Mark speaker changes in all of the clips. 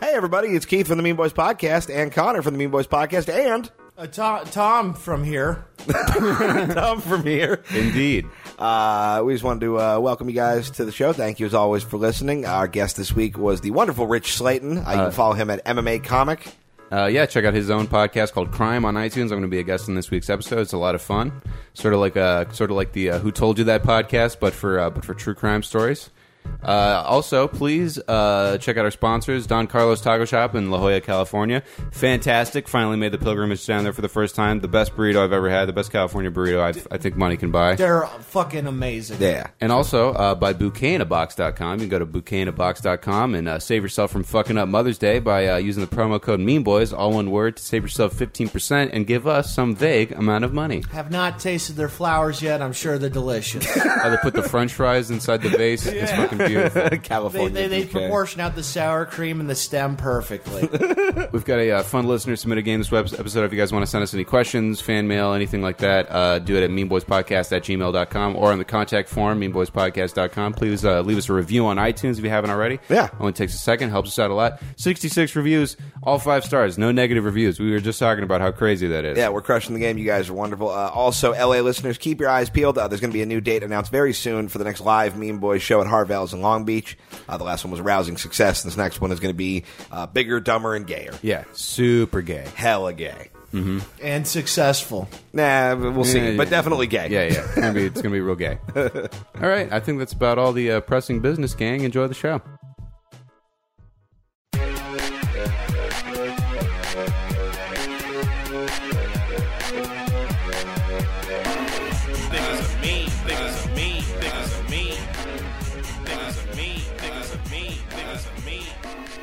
Speaker 1: everybody, it's Keith from the Mean Boys Podcast and Connor from the Mean Boys Podcast and
Speaker 2: Uh, Tom, Tom from here.
Speaker 1: Tom from here.
Speaker 3: Indeed.
Speaker 1: Uh, we just wanted to uh, welcome you guys to the show. Thank you as always for listening. Our guest this week was the wonderful Rich Slayton. Uh, you can follow him at MMA Comic.
Speaker 3: Uh, yeah, check out his own podcast called Crime on iTunes. I'm going to be a guest in this week's episode. It's a lot of fun, sort of like a sort of like the uh, Who Told You That podcast, but for uh, but for true crime stories. Uh, also, please uh, check out our sponsors, Don Carlos Taco Shop in La Jolla, California. Fantastic! Finally made the pilgrimage down there for the first time. The best burrito I've ever had. The best California burrito I've, I think money can buy.
Speaker 2: They're fucking amazing.
Speaker 1: Yeah.
Speaker 3: And also uh, by bouquetinabox.com. You can go to bouquetinabox.com and uh, save yourself from fucking up Mother's Day by uh, using the promo code MEANBOYS, all one word, to save yourself 15% and give us some vague amount of money.
Speaker 2: Have not tasted their flowers yet. I'm sure they're delicious.
Speaker 3: Uh, they put the french fries inside the vase. It's fucking beautiful.
Speaker 1: California.
Speaker 2: they they, they
Speaker 1: DK.
Speaker 2: proportion out the sour cream and the stem perfectly.
Speaker 3: We've got a uh, fun listener submitted game this web- episode. If you guys want to send us any questions, fan mail, anything like that, uh, do it at meanboyspodcast at gmail.com or on the contact form, meanboyspodcast.com. Please uh, leave us a review on iTunes if you haven't already.
Speaker 1: Yeah.
Speaker 3: Only takes a second, helps us out a lot. 66 reviews, all five stars, no negative reviews. We were just talking about how crazy that is.
Speaker 1: Yeah, we're crushing the game. You guys are wonderful. Uh, also, LA listeners, keep your eyes peeled. Uh, there's going to be a new date announced very soon for the next live Mean Boys show at Harvell's in Long Beach. Uh, the last one was a rousing success. This next one is going to be uh, bigger, dumber, and gayer.
Speaker 3: Yeah, super gay.
Speaker 1: Hella gay.
Speaker 2: and successful.
Speaker 1: Nah, but we'll see.
Speaker 3: Yeah,
Speaker 1: but
Speaker 3: yeah.
Speaker 1: definitely gay.
Speaker 3: Yeah, yeah. It's gonna be, it's gonna be real gay. All right, I think that's about all the uh, pressing business, gang. Enjoy the show.
Speaker 4: Niggas are mean, niggas are mean, niggas are mean. Niggas are mean, niggas are mean, niggas are mean.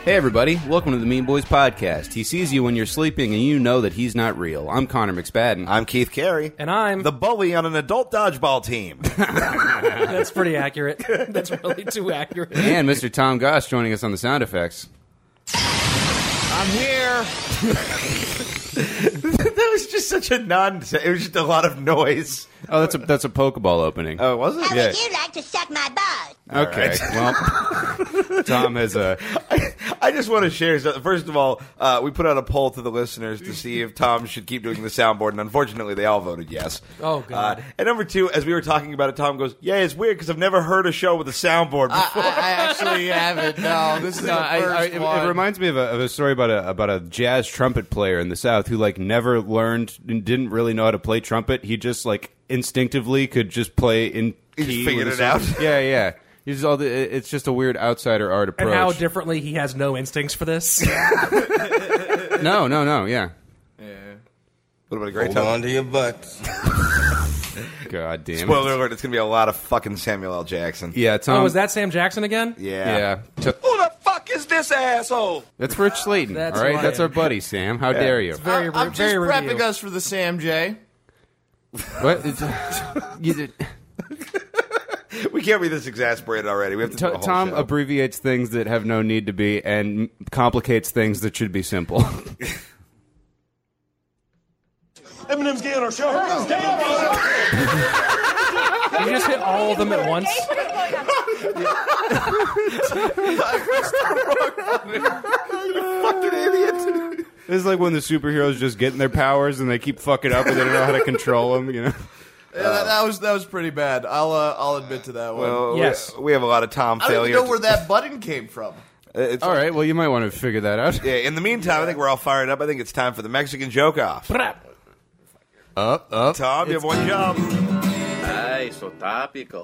Speaker 3: Hey, everybody. Welcome to the Mean Boys Podcast. He sees you when you're sleeping and you know that he's not real. I'm Connor McSpadden.
Speaker 1: I'm Keith Carey.
Speaker 5: And I'm.
Speaker 1: the bully on an adult dodgeball team.
Speaker 5: that's pretty accurate. That's really too accurate.
Speaker 3: and Mr. Tom Goss joining us on the sound effects.
Speaker 2: I'm here.
Speaker 1: that was just such a nonsense. It was just a lot of noise.
Speaker 3: Oh, that's a that's a Pokeball opening.
Speaker 1: Oh, was it?
Speaker 6: How
Speaker 3: Yeah.
Speaker 6: would you like to suck my balls?
Speaker 3: okay. Well, Tom has uh, a
Speaker 1: I just want to share. something. First of all, uh, we put out a poll to the listeners to see if Tom should keep doing the soundboard, and unfortunately, they all voted yes.
Speaker 5: Oh, God.
Speaker 1: Uh, and number two, as we were talking about it, Tom goes, "Yeah, it's weird because I've never heard a show with a soundboard."
Speaker 2: I,
Speaker 1: Before.
Speaker 2: I I actually haven't. No, this is
Speaker 3: No,
Speaker 2: the
Speaker 3: I-
Speaker 2: first
Speaker 3: I- it, it
Speaker 2: one.
Speaker 3: reminds me of a, of a story about a about a jazz trumpet player in the South who like never learned and didn't really know how to play trumpet. He just like instinctively could just play in
Speaker 1: He just
Speaker 3: key
Speaker 1: figured
Speaker 3: with
Speaker 1: it
Speaker 3: a song.
Speaker 1: out.
Speaker 3: Yeah, yeah. He's all the, it- it's just a weird outsider art approach.
Speaker 5: And how differently he has no instincts for this.
Speaker 3: no, no, no. Yeah.
Speaker 1: Would have been a great time.
Speaker 7: to your butts.
Speaker 3: God damn. it.
Speaker 1: Spoiler alert: It's going to be a lot of fucking Samuel L. Jackson.
Speaker 3: Yeah, Tom.
Speaker 5: oh, was that Sam Jackson again?
Speaker 1: Yeah.
Speaker 3: Yeah. T-
Speaker 7: Who the fuck is this asshole?
Speaker 3: That's Rich Slayton.
Speaker 5: That's
Speaker 3: all right,
Speaker 5: Ryan.
Speaker 3: that's our buddy Sam. How dare you?
Speaker 5: Very,
Speaker 2: I'm just
Speaker 5: very
Speaker 2: prepping
Speaker 5: review.
Speaker 2: us for the Sam J. Uh,
Speaker 3: What? It's- you did-
Speaker 1: we can't be this exasperated already. We have to.
Speaker 3: T-
Speaker 1: do a whole
Speaker 3: Tom
Speaker 1: show.
Speaker 3: abbreviates things that have no need to be and complicates things that should be simple.
Speaker 7: Eminem's gay on our show. Eminem's gay on our show.
Speaker 5: You just hit all of them at once.
Speaker 3: This is like when the superheroes just getting their powers and they keep fucking up and they don't know how to control them. You know,
Speaker 2: Yeah, that, that was that was pretty bad. I'll uh, I'll admit to that one.
Speaker 1: Well,
Speaker 5: Yes.
Speaker 1: we, we have a lot of Tom
Speaker 2: I don't even
Speaker 1: failures.
Speaker 2: know where that button came from.
Speaker 1: It's-
Speaker 3: all right. Well, you might want to figure that out.
Speaker 1: Yeah, in the meantime, I think we're all fired up. I think it's time for the Mexican joke off.
Speaker 3: Up, up.
Speaker 1: Tom, you have one job.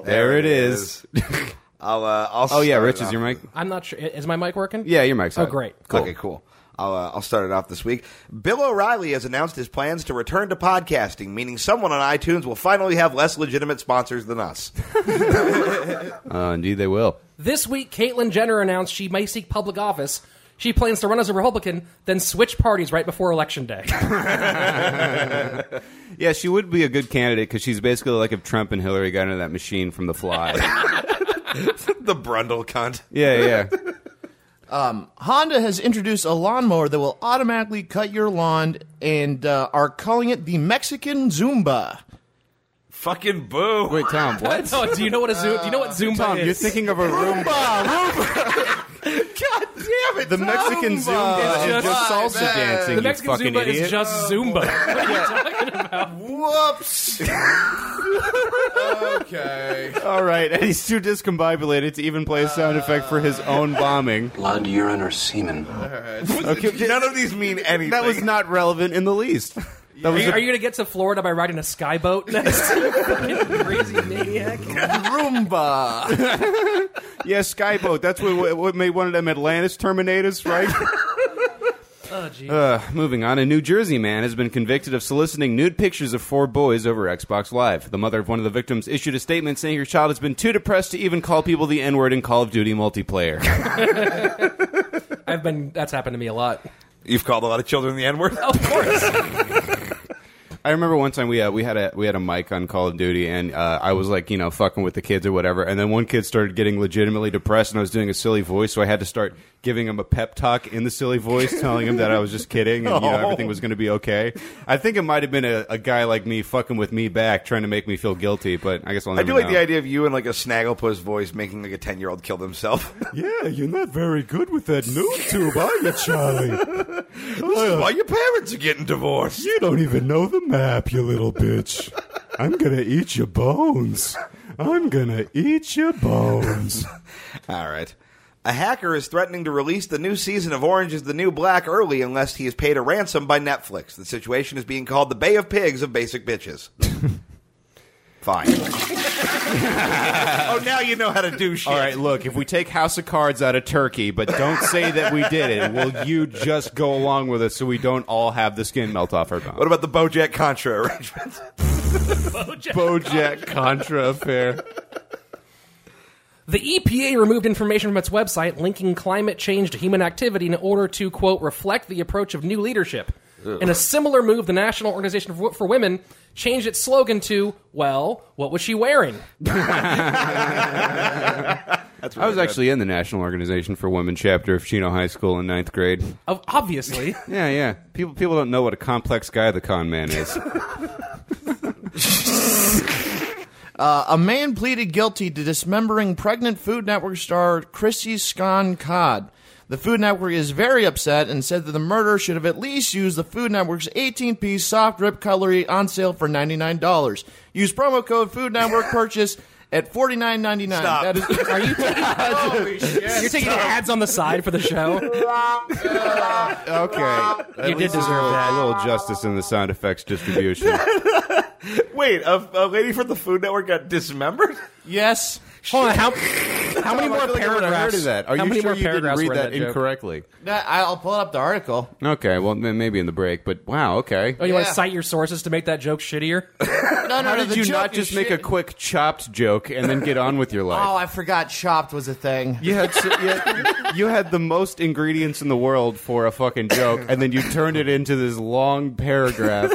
Speaker 3: There it is.
Speaker 1: I'll, uh, I'll
Speaker 3: Oh yeah,
Speaker 1: start
Speaker 3: Rich,
Speaker 1: it
Speaker 3: is your
Speaker 1: off.
Speaker 3: mic?
Speaker 5: I'm not sure. Is my mic working?
Speaker 3: Yeah, your mic's.
Speaker 5: Oh,
Speaker 3: on.
Speaker 5: great.
Speaker 3: Cool.
Speaker 1: Okay, cool. I'll, uh, I'll start it off this week. Bill O'Reilly has announced his plans to return to podcasting, meaning someone on iTunes will finally have less legitimate sponsors than us.
Speaker 3: Uh, indeed, they will.
Speaker 5: This week, Caitlyn Jenner announced she may seek public office. She plans to run as a Republican, then switch parties right before Election Day.
Speaker 3: Yeah, she would be a good candidate because she's basically like if Trump and Hillary got into that machine from The Fly.
Speaker 1: the Brundle cunt.
Speaker 3: yeah, yeah.
Speaker 2: Honda has introduced a lawnmower that will automatically cut your lawn and uh, are calling it the Mexican Zumba.
Speaker 1: Fucking boo.
Speaker 3: Wait, Tom, what? Uh,
Speaker 5: oh, do you know what a Zoom? Do you know what Zumba
Speaker 3: Tom,
Speaker 5: is?
Speaker 3: you're thinking of a Roomba.
Speaker 2: God damn it!
Speaker 3: The Mexican Zumba
Speaker 5: It's
Speaker 3: is
Speaker 5: just-
Speaker 3: just salsa
Speaker 2: My bad.
Speaker 3: dancing, you
Speaker 5: The Mexican
Speaker 3: fucking
Speaker 5: Zumba
Speaker 3: idiot. Oh,
Speaker 5: is just Zumba. What are you talking about?
Speaker 2: Whoops. okay.
Speaker 3: All right, and he's too discombobulated to even play a sound effect for his own bombing.
Speaker 8: Blood, urine, or semen.
Speaker 1: None of these mean anything.
Speaker 3: That was not relevant in the least. That
Speaker 5: Are
Speaker 3: was
Speaker 5: you,
Speaker 3: a-
Speaker 5: are you going to get to Florida by riding a skyboat next? Fucking crazy maniac.
Speaker 2: Roomba.
Speaker 3: yeah, Skyboat. That's what, what- what made one of them Atlantis Terminators, right?
Speaker 5: Oh, gee.
Speaker 3: Uh, moving on, a New Jersey man has been convicted of soliciting nude pictures of four boys over Xbox Live. The mother of one of the victims issued a statement saying her child has been too depressed to even call people the N word in Call of Duty multiplayer.
Speaker 5: I've been. That's happened to me a lot.
Speaker 1: You've called a lot of children the N word.
Speaker 5: Of course.
Speaker 3: I remember one time we uh, we had a we had a mic on Call of Duty, and uh, I was like, you know, fucking with the kids or whatever. And then one kid started getting legitimately depressed, and I was doing a silly voice, so I had to start giving him a pep talk in the silly voice, telling him that I was just kidding, and you know, everything was going to be okay. I think it might have been a, a guy like me fucking with me back, trying to make me feel guilty. But I guess I'll
Speaker 1: I
Speaker 3: never
Speaker 1: do like
Speaker 3: know.
Speaker 1: the idea of you in like a snagglepuss voice making like a ten year old kill themselves.
Speaker 3: Yeah, you're not very good with that noob tube, are you, Charlie? Oh,
Speaker 1: Why your parents are getting divorced?
Speaker 3: You don't even know the map, you little bitch. I'm gonna eat your bones. I'm gonna eat your bones.
Speaker 1: All right. A hacker is threatening to release the new season of Orange is the New Black early unless he is paid a ransom by Netflix. The situation is being called the Bay of Pigs of Basic Bitches. Fine. oh, now you know how to do shit.
Speaker 3: All right, look, if we take House of Cards out of Turkey, but don't say that we did it, will you just go along with us so we don't all have the skin melt off our
Speaker 1: What
Speaker 3: bones?
Speaker 1: about the Bojack Contra arrangement?
Speaker 3: Bojack Contra affair.
Speaker 5: The EPA removed information from its website linking climate change to human activity in order to, quote, reflect the approach of new leadership. In a similar move, the National Organization for for Women changed its slogan to, well, what was she wearing?
Speaker 3: I was actually in the National Organization for Women chapter of Chino High School in ninth grade.
Speaker 5: Of Obviously.
Speaker 3: Yeah, yeah. People people don't know what a complex guy the con man is.
Speaker 2: A man pleaded guilty to dismembering pregnant Food Network star Chrissy Scan Codd. The Food Network is very upset and said that the murderer should have at least used the Food Network's 18 piece soft rip cutlery on sale for $99. Use promo code Food Network purchase at $49.99.
Speaker 1: Stop.
Speaker 2: That is.
Speaker 5: Are you taking, You're taking ads on the side for the show?
Speaker 3: Okay.
Speaker 5: You did deserve
Speaker 3: A
Speaker 5: that.
Speaker 3: little justice in the sound effects distribution.
Speaker 1: Wait, a, a lady from the Food Network got dismembered?
Speaker 2: Yes.
Speaker 5: Hold on, how, how many
Speaker 3: Oh, I feel like I
Speaker 5: more
Speaker 3: would've
Speaker 5: paragraphs?
Speaker 3: heard of that. Are
Speaker 5: how
Speaker 3: you
Speaker 5: many
Speaker 3: sure
Speaker 5: more
Speaker 3: you didn't
Speaker 5: paragraphs
Speaker 3: read
Speaker 5: were in
Speaker 3: that,
Speaker 5: joke?
Speaker 3: incorrectly?
Speaker 2: That- I'll pull up the article.
Speaker 3: Okay, well, then maybe in the break, but wow, okay.
Speaker 5: Oh, you want
Speaker 2: Yeah.
Speaker 5: to cite your sources to make that joke shittier?
Speaker 2: No, no,
Speaker 3: How
Speaker 2: no,
Speaker 3: did
Speaker 2: the
Speaker 3: you
Speaker 2: joke
Speaker 3: not
Speaker 2: is
Speaker 3: just make a
Speaker 2: shit.
Speaker 3: quick chopped joke and then get on with your life?
Speaker 2: Oh, I forgot chopped was a thing.
Speaker 3: you had, so, you, had, you had the most ingredients in the world for a fucking joke, and then you turned it into this long paragraph.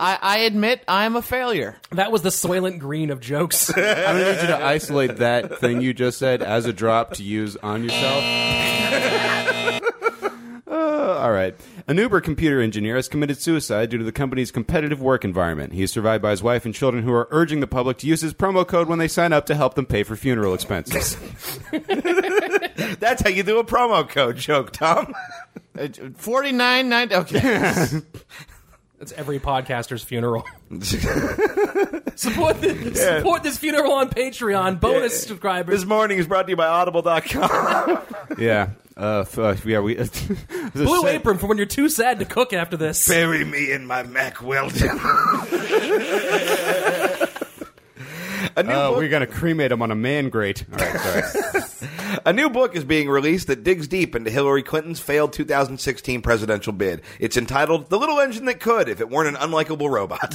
Speaker 2: I, I admit I'm a failure.
Speaker 5: That was the Soylent Green of jokes.
Speaker 3: I'm going to need you to isolate that thing you just said as a drop to use on yourself. Uh, all right. An Uber computer engineer has committed suicide due to the company's competitive work environment. He is survived by his wife and children who are urging the public to use his promo code when they sign up to help them pay for funeral expenses.
Speaker 1: That's how you do a promo code joke, Tom.
Speaker 2: Forty nine ninety. Okay.
Speaker 5: That's every podcaster's funeral. Support, the, support this funeral on Patreon. Bonus subscribers.
Speaker 1: this morning is brought to you by Audible.com.
Speaker 3: yeah. Uh, f- uh, yeah, we.
Speaker 5: Blue apron for when you're too sad to cook after this.
Speaker 1: Bury me in my Mac Weldon. a new
Speaker 3: Uh,
Speaker 1: book
Speaker 3: we're going to cremate him on a man grate. All right, sorry.
Speaker 1: A new book is being released that digs deep into Hillary Clinton's failed 2016 presidential bid. It's entitled The Little Engine That Could If It Weren't an Unlikable Robot.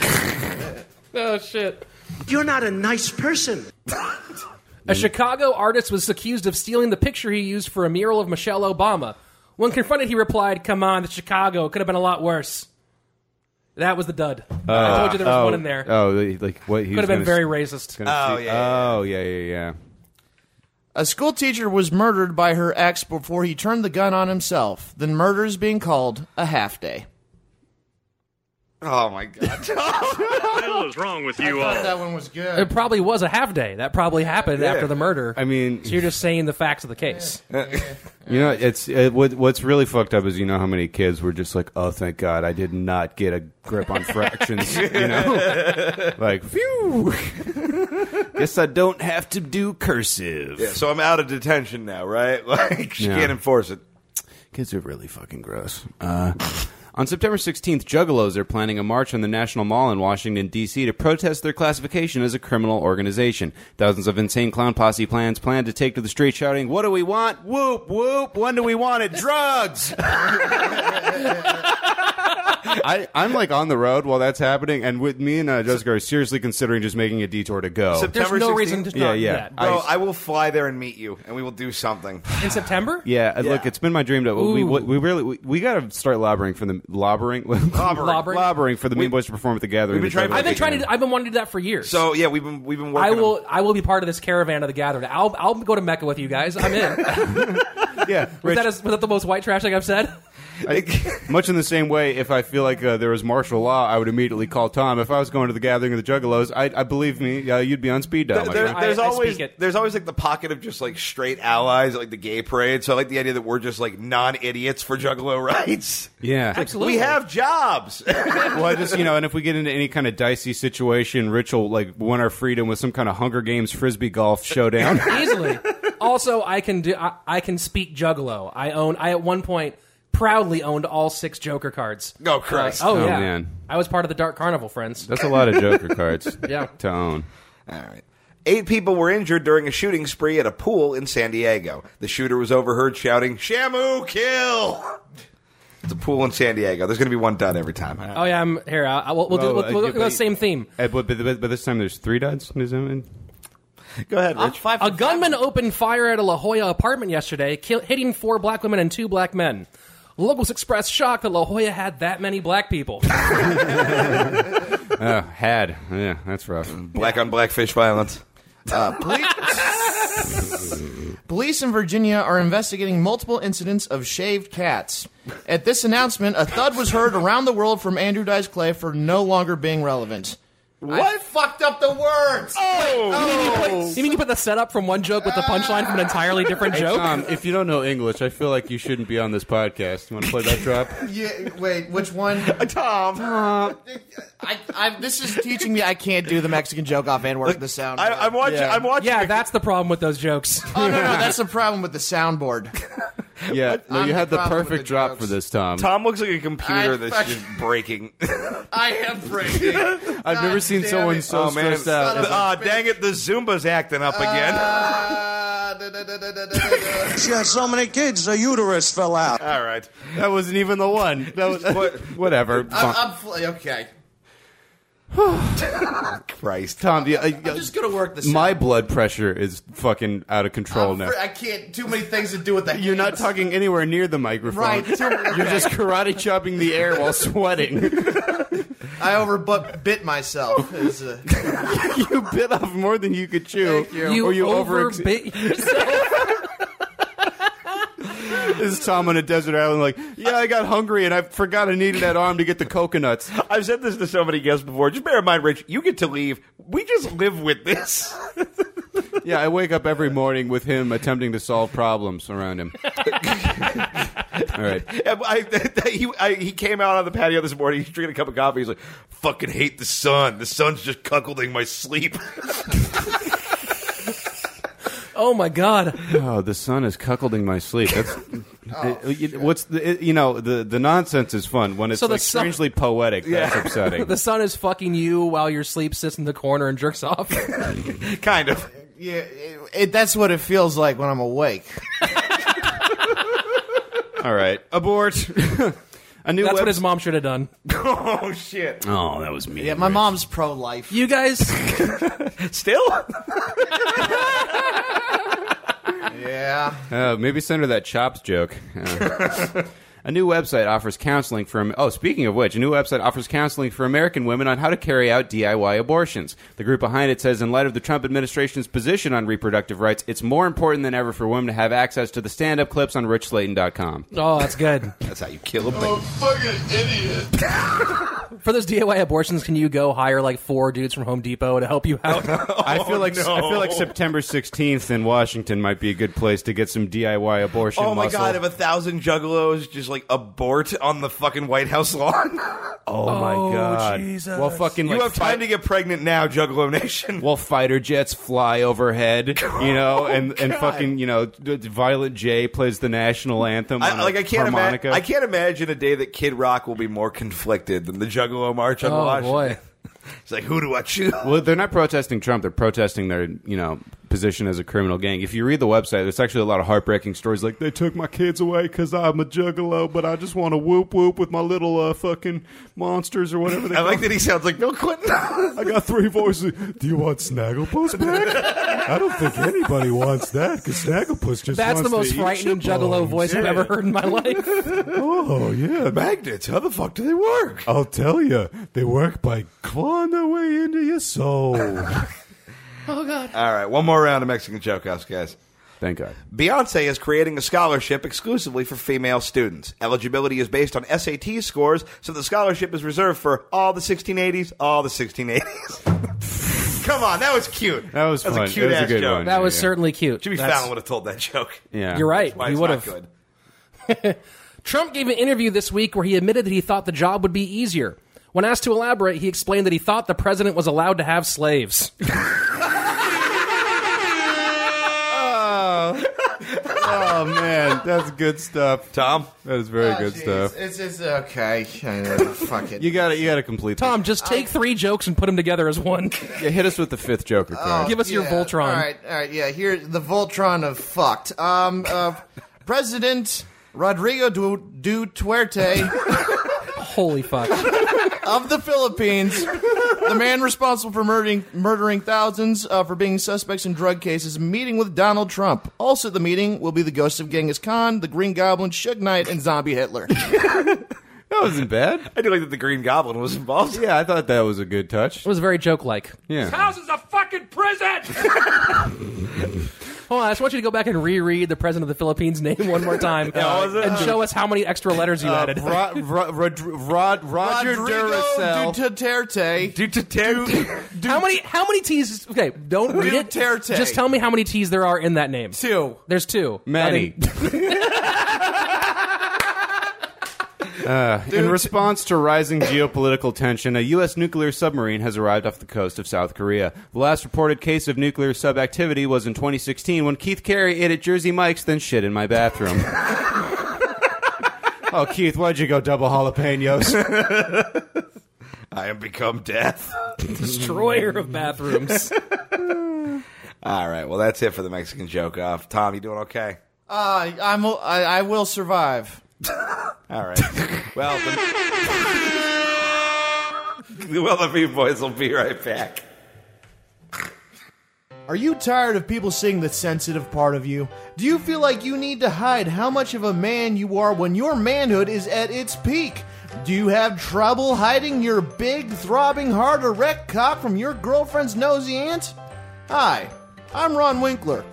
Speaker 5: Oh shit.
Speaker 9: You're not a nice person.
Speaker 5: A Chicago artist was accused of stealing the picture he used for a mural of Michelle Obama. When confronted, he replied, "Come on, the Chicago could have been a lot worse." That was the dud. I told you there was one in there.
Speaker 3: Uh, Oh, the- like what? He
Speaker 5: could have
Speaker 3: was
Speaker 5: been
Speaker 3: gonna
Speaker 5: very
Speaker 3: s-
Speaker 5: racist.
Speaker 3: gonna
Speaker 1: Oh,
Speaker 3: see-
Speaker 1: yeah, yeah,
Speaker 3: Oh, yeah, yeah, yeah.
Speaker 2: a school teacher was murdered by her ex before he turned the gun on himself. The murder is being called a half day.
Speaker 1: Oh my god!
Speaker 8: hell is wrong with you all?
Speaker 2: That one was good.
Speaker 5: It probably was a half day. That probably happened
Speaker 1: Yeah.
Speaker 5: after the murder.
Speaker 3: I mean,
Speaker 5: so you're just saying the facts of the case.
Speaker 3: You know, it's it, what, what's really fucked up is you know how many kids were just like, "Oh, thank God, I did not get a grip on fractions." you know, like, phew. Guess I don't have to do cursive.
Speaker 1: Yeah, so I'm out of detention now, right? Like she
Speaker 3: Yeah.
Speaker 1: can't enforce it.
Speaker 3: Kids are really fucking gross. Uh, on September 16th, Juggalos are planning a march on the National Mall in Washington, D.C. to protest their classification as a criminal organization. Thousands of insane clown posse plans plan to take to the street shouting, What do we want? Whoop, whoop. When do we want it? Drugs! I, I'm like on the road while that's happening, and with me and uh, Jessica are seriously considering just making a detour to go.
Speaker 5: There's
Speaker 1: September
Speaker 5: no
Speaker 1: 16th?
Speaker 5: reason to
Speaker 3: Yeah,
Speaker 5: not do
Speaker 3: yeah.
Speaker 5: that.
Speaker 3: I-
Speaker 1: Bro, I will fly there and meet you, and we will do something.
Speaker 5: in September?
Speaker 3: yeah, and look,
Speaker 1: Yeah.
Speaker 3: it's been my dream to. We,
Speaker 5: Ooh.
Speaker 3: we we really we, we got to start lobbering for the lobbering
Speaker 5: Lobbering.
Speaker 3: lobbering for the Mean Boys to perform at the gathering.
Speaker 1: we've been trying-
Speaker 5: I've been trying to. do- I've been wanting to do that for years.
Speaker 1: So yeah, we've been we've been working.
Speaker 5: I
Speaker 1: on-
Speaker 5: will. I will be part of this caravan of the gathered. I'll. I'll go to Mecca with you guys. I'm in.
Speaker 3: yeah,
Speaker 5: was,
Speaker 3: Rich,
Speaker 5: that as- was that the most white trash thing I've said?
Speaker 3: I- much in the same way, if I feel like uh, there was martial law, I would immediately call Tom. If I was going to the gathering of the Juggalos, I, I believe me, uh, you'd be on speed dial. my
Speaker 1: There-
Speaker 3: friend.
Speaker 1: there's
Speaker 5: I- I speak
Speaker 1: always
Speaker 5: it.
Speaker 1: there's always like the pocket of just like straight allies at, like the gay parade. So I like the idea that we're just like non idiots for Juggalo rights.
Speaker 3: yeah,
Speaker 5: Absolutely.
Speaker 1: We have jobs.
Speaker 3: well, I just you know, and if we get into any kind of dicey situation, Ritual like won our freedom with some kind of Hunger Games frisbee golf showdown.
Speaker 5: easily. Also, I can do. I, I can speak Juggalo. I own. I at one point proudly owned all six Joker cards.
Speaker 1: Oh, Christ.
Speaker 5: Uh, oh,
Speaker 3: Oh,
Speaker 5: yeah.
Speaker 3: man.
Speaker 5: I was part of the Dark Carnival, friends.
Speaker 3: That's a lot of Joker cards.
Speaker 5: Yeah.
Speaker 3: to own.
Speaker 1: All right. Eight people were injured during a shooting spree at a pool in San Diego. The shooter was overheard shouting, Shamu, kill! It's a pool in San Diego. There's going to be one done every time.
Speaker 5: Oh yeah, I'm here. I, I- we'll, we'll
Speaker 3: Well,
Speaker 5: do. We'll,
Speaker 3: uh,
Speaker 5: we'll,
Speaker 3: yeah,
Speaker 5: go
Speaker 3: but-
Speaker 5: same theme.
Speaker 3: Uh, But, but, but this time there's three duds. Is that what-
Speaker 1: Go ahead, Rich.
Speaker 5: A gunman opened fire at a La Jolla apartment yesterday, kill, hitting four black women and two black men. Locals expressed shock that La Jolla had that many black people.
Speaker 3: Oh, had. Yeah, that's rough.
Speaker 1: Black on black fish violence.
Speaker 2: Police in Virginia are investigating multiple incidents of shaved cats. At this announcement, a thud was heard around the world from Andrew Dice Clay for no longer being relevant. What? I fucked up the words.
Speaker 1: Oh!
Speaker 5: you mean you put the setup from one joke with the punchline from an entirely different joke?
Speaker 3: Um, if you don't know English, I feel like you shouldn't be on this podcast. You want to play that drop?
Speaker 2: Yeah, wait, which one?
Speaker 1: Uh, Tom.
Speaker 2: I, I, this is teaching me I can't do the Mexican joke off and work the sound.
Speaker 1: I, I'm watching.
Speaker 2: Yeah.
Speaker 1: I'm watching.
Speaker 5: yeah, that's the problem with those jokes.
Speaker 2: oh no, no, that's the problem with the soundboard.
Speaker 3: Yeah. No,
Speaker 2: I'm
Speaker 3: you
Speaker 2: the
Speaker 3: had the
Speaker 2: problem with
Speaker 3: perfect
Speaker 2: the
Speaker 3: drop
Speaker 2: jokes.
Speaker 3: for this, Tom.
Speaker 1: Tom looks like a computer
Speaker 2: I
Speaker 1: that's
Speaker 2: fuck-
Speaker 1: just breaking.
Speaker 2: I am breaking.
Speaker 3: I've never seen
Speaker 2: damn
Speaker 3: someone
Speaker 2: it.
Speaker 3: so stressed out.
Speaker 2: of a
Speaker 1: Ah,
Speaker 2: bitch.
Speaker 1: dang it, Oh, the Zumba's acting up again.
Speaker 2: Uh, da, da, da, da, da, da, da.
Speaker 7: She had so many kids, her uterus fell out.
Speaker 1: All right.
Speaker 3: That wasn't even the one. That was,
Speaker 1: What-
Speaker 3: whatever.
Speaker 2: I'm, I'm fl- okay.
Speaker 1: Christ.
Speaker 3: Tom, do you- I-
Speaker 2: I'm just gonna work this.
Speaker 3: my blood pressure is fucking out of
Speaker 2: I'm
Speaker 3: control now.
Speaker 2: fr- I can't. Too many things to do with that.
Speaker 3: You're not talking anywhere near the microphone.
Speaker 2: Right, too-
Speaker 3: You're just karate chopping the air while sweating.
Speaker 2: I overbut bit myself. Is, uh,
Speaker 3: you bit off more than you could chew.
Speaker 2: Thank you.
Speaker 5: you
Speaker 3: or you
Speaker 5: overbit yourself.
Speaker 3: This Tom on a desert island, like, yeah, I got hungry and I forgot I needed that arm to get the coconuts.
Speaker 1: I've said this to so many guests before. Just bear in mind, Rich, you get to leave. We just live with this.
Speaker 3: Yeah, I wake up every morning with him attempting to solve problems around him. All right.
Speaker 1: And I, he, I, he came out on the patio this morning. He's drinking a cup of coffee. He's like, "Fucking hate the sun. The sun's just cuckolding my sleep."
Speaker 5: Oh my god.
Speaker 3: Oh, the sun is cuckolding my sleep. That's
Speaker 1: Oh,
Speaker 3: you- what's the it- you know the the nonsense is fun when it's
Speaker 5: So the
Speaker 3: like
Speaker 5: sun-
Speaker 3: strangely poetic. That's upsetting.
Speaker 5: The sun is fucking you while your sleep sits in the corner and jerks off.
Speaker 1: kind of.
Speaker 2: yeah, it, it, that's what it feels like when I'm awake.
Speaker 3: All right, abort. a new
Speaker 5: That's
Speaker 3: web-
Speaker 5: what his mom should have done.
Speaker 1: Oh shit.
Speaker 3: Oh, that was me.
Speaker 2: Yeah, my mom's pro-life.
Speaker 5: You guys,
Speaker 1: Still.
Speaker 2: Yeah,
Speaker 3: Uh, maybe send her that chops joke. Yeah. a new website offers counseling for. Am- Oh, speaking of which, a new website offers counseling for American women on how to carry out DIY abortions. The group behind it says, in light of the Trump administration's position on reproductive rights, it's more important than ever for women to have access to the stand-up clips on RichSlayton.com.
Speaker 5: oh, that's good.
Speaker 1: That's how you kill a baby.
Speaker 7: Fucking idiot.
Speaker 5: for those DIY abortions, can you go hire like four dudes from Home Depot to help you out?
Speaker 1: Oh,
Speaker 3: I feel like I feel like September 16th in Washington might be a good place to get some DIY abortion.
Speaker 1: Oh my
Speaker 3: muscle.
Speaker 1: god, if a thousand juggalos just like abort on the fucking White House lawn.
Speaker 3: oh my god!
Speaker 5: Jesus.
Speaker 3: Well, fucking
Speaker 1: you
Speaker 3: like,
Speaker 1: have time
Speaker 3: fi-
Speaker 1: to get pregnant now, Juggalo Nation.
Speaker 3: Well, fighter jets fly overhead, you know, and, and
Speaker 1: Oh, God.
Speaker 3: fucking you know, d- d- Violent J plays the national anthem. on
Speaker 1: I,
Speaker 3: a
Speaker 1: like I can't, ima-
Speaker 3: harmonica.
Speaker 1: I can't imagine a day that Kid Rock will be more conflicted than the Juggalo March on
Speaker 5: oh
Speaker 1: Washington.
Speaker 5: boy.
Speaker 1: It's like who do I choose?
Speaker 3: Well, they're not protesting Trump. They're protesting their, you know, position as a criminal gang. If you read the website, there's actually a lot of heartbreaking stories. Like they took my kids away because I'm a juggalo, but I just want to whoop whoop with my little uh, fucking monsters or whatever. They
Speaker 1: I
Speaker 3: call
Speaker 1: like that he sounds like Bill Clinton.
Speaker 3: I got three voices. Do you want Snagglepuss back? I don't think anybody wants that because Snagglepuss just
Speaker 5: That's the most frightening juggalo voice I've ever heard in my life.
Speaker 3: Oh yeah,
Speaker 1: Magnets, how the fuck do they work?
Speaker 3: I'll tell you, they work by clawing their way into your soul.
Speaker 1: All right, one more round of Mexican Chokehouse, guys.
Speaker 3: Thank God.
Speaker 1: Beyonce is creating a scholarship exclusively for female students. Eligibility is based on SAT scores, so the scholarship is reserved for all the 1680s, all the 1680s. Come on, that was cute.
Speaker 3: That was
Speaker 1: a
Speaker 3: fun.
Speaker 1: cute
Speaker 3: That was a
Speaker 1: ass
Speaker 3: good
Speaker 1: joke.
Speaker 3: one.
Speaker 5: That was
Speaker 3: Yeah.
Speaker 5: certainly cute.
Speaker 1: Jimmy
Speaker 5: That's-
Speaker 1: Fallon would have told that joke.
Speaker 3: Yeah,
Speaker 5: You're right.
Speaker 1: That's why
Speaker 5: he
Speaker 1: it's
Speaker 5: would
Speaker 1: not
Speaker 5: have.
Speaker 1: good.
Speaker 5: Trump gave an interview this week where he admitted that he thought the job would be easier. When asked to elaborate, he explained that he thought the president was allowed to have slaves.
Speaker 3: Oh man, that's good stuff.
Speaker 1: Tom,
Speaker 3: That is very good stuff.
Speaker 2: It's, it's uh, okay. I know, Fuck it.
Speaker 3: Oh, You got to You got to complete.
Speaker 5: Tom, just take three jokes and put them together as one.
Speaker 3: This. Yeah, hit us with the fifth Joker card.
Speaker 5: Give us your
Speaker 2: Yeah,
Speaker 5: Voltron.
Speaker 2: All right, all right, yeah. Here, the Voltron of fucked. Um, uh, President Rodrigo Du- Duterte
Speaker 5: Holy fuck.
Speaker 2: of the Philippines, the man responsible for murdering murdering thousands uh, for being suspects in drug cases, meeting with Donald Trump. Also, at the meeting will be the ghosts of Genghis Khan, the Green Goblin, Suge Knight, and Zombie Hitler.
Speaker 3: that wasn't bad.
Speaker 1: I do like that the Green Goblin was involved.
Speaker 3: Yeah, I thought that was a good touch.
Speaker 5: It was very joke like.
Speaker 3: Yeah.
Speaker 4: House is a fucking prison!
Speaker 5: Hold on, I just want you to go back and reread the president of the Philippines name one more time
Speaker 1: was it?
Speaker 5: and show us how many extra letters you added.
Speaker 3: Rod, Rod, Rod, Rod, Roger
Speaker 2: Rodrigo
Speaker 3: Duracell.
Speaker 2: Duterte.
Speaker 1: Duterte.
Speaker 5: how many how many T's okay, don't read it.
Speaker 2: Duterte.
Speaker 5: Just tell me how many T's there are in that name.
Speaker 2: Two.
Speaker 5: There's two.
Speaker 3: Manny. Uh, in response to rising geopolitical tension, a U.S. nuclear submarine has arrived off the coast of South Korea. The last reported case of nuclear subactivity was in 2016 when Keith Carey ate at Jersey Mike's, then shit in my bathroom. oh, Keith, why'd you go double jalapenos?
Speaker 1: I have become death.
Speaker 5: Destroyer of bathrooms.
Speaker 1: All right, well, that's it for the Mexican joke off. Tom, you doing okay?
Speaker 2: Uh, I'm. I, I will survive.
Speaker 1: All right. Well, the, well, the Beef Boys will be right back.
Speaker 2: Are you tired of people seeing the sensitive part of you? Do you feel like you need to hide how much of a man you are when your manhood is at its peak? Do you have trouble hiding your big, throbbing, hard, erect cock from your girlfriend's nosy aunt? Hi, I'm Ron Winkler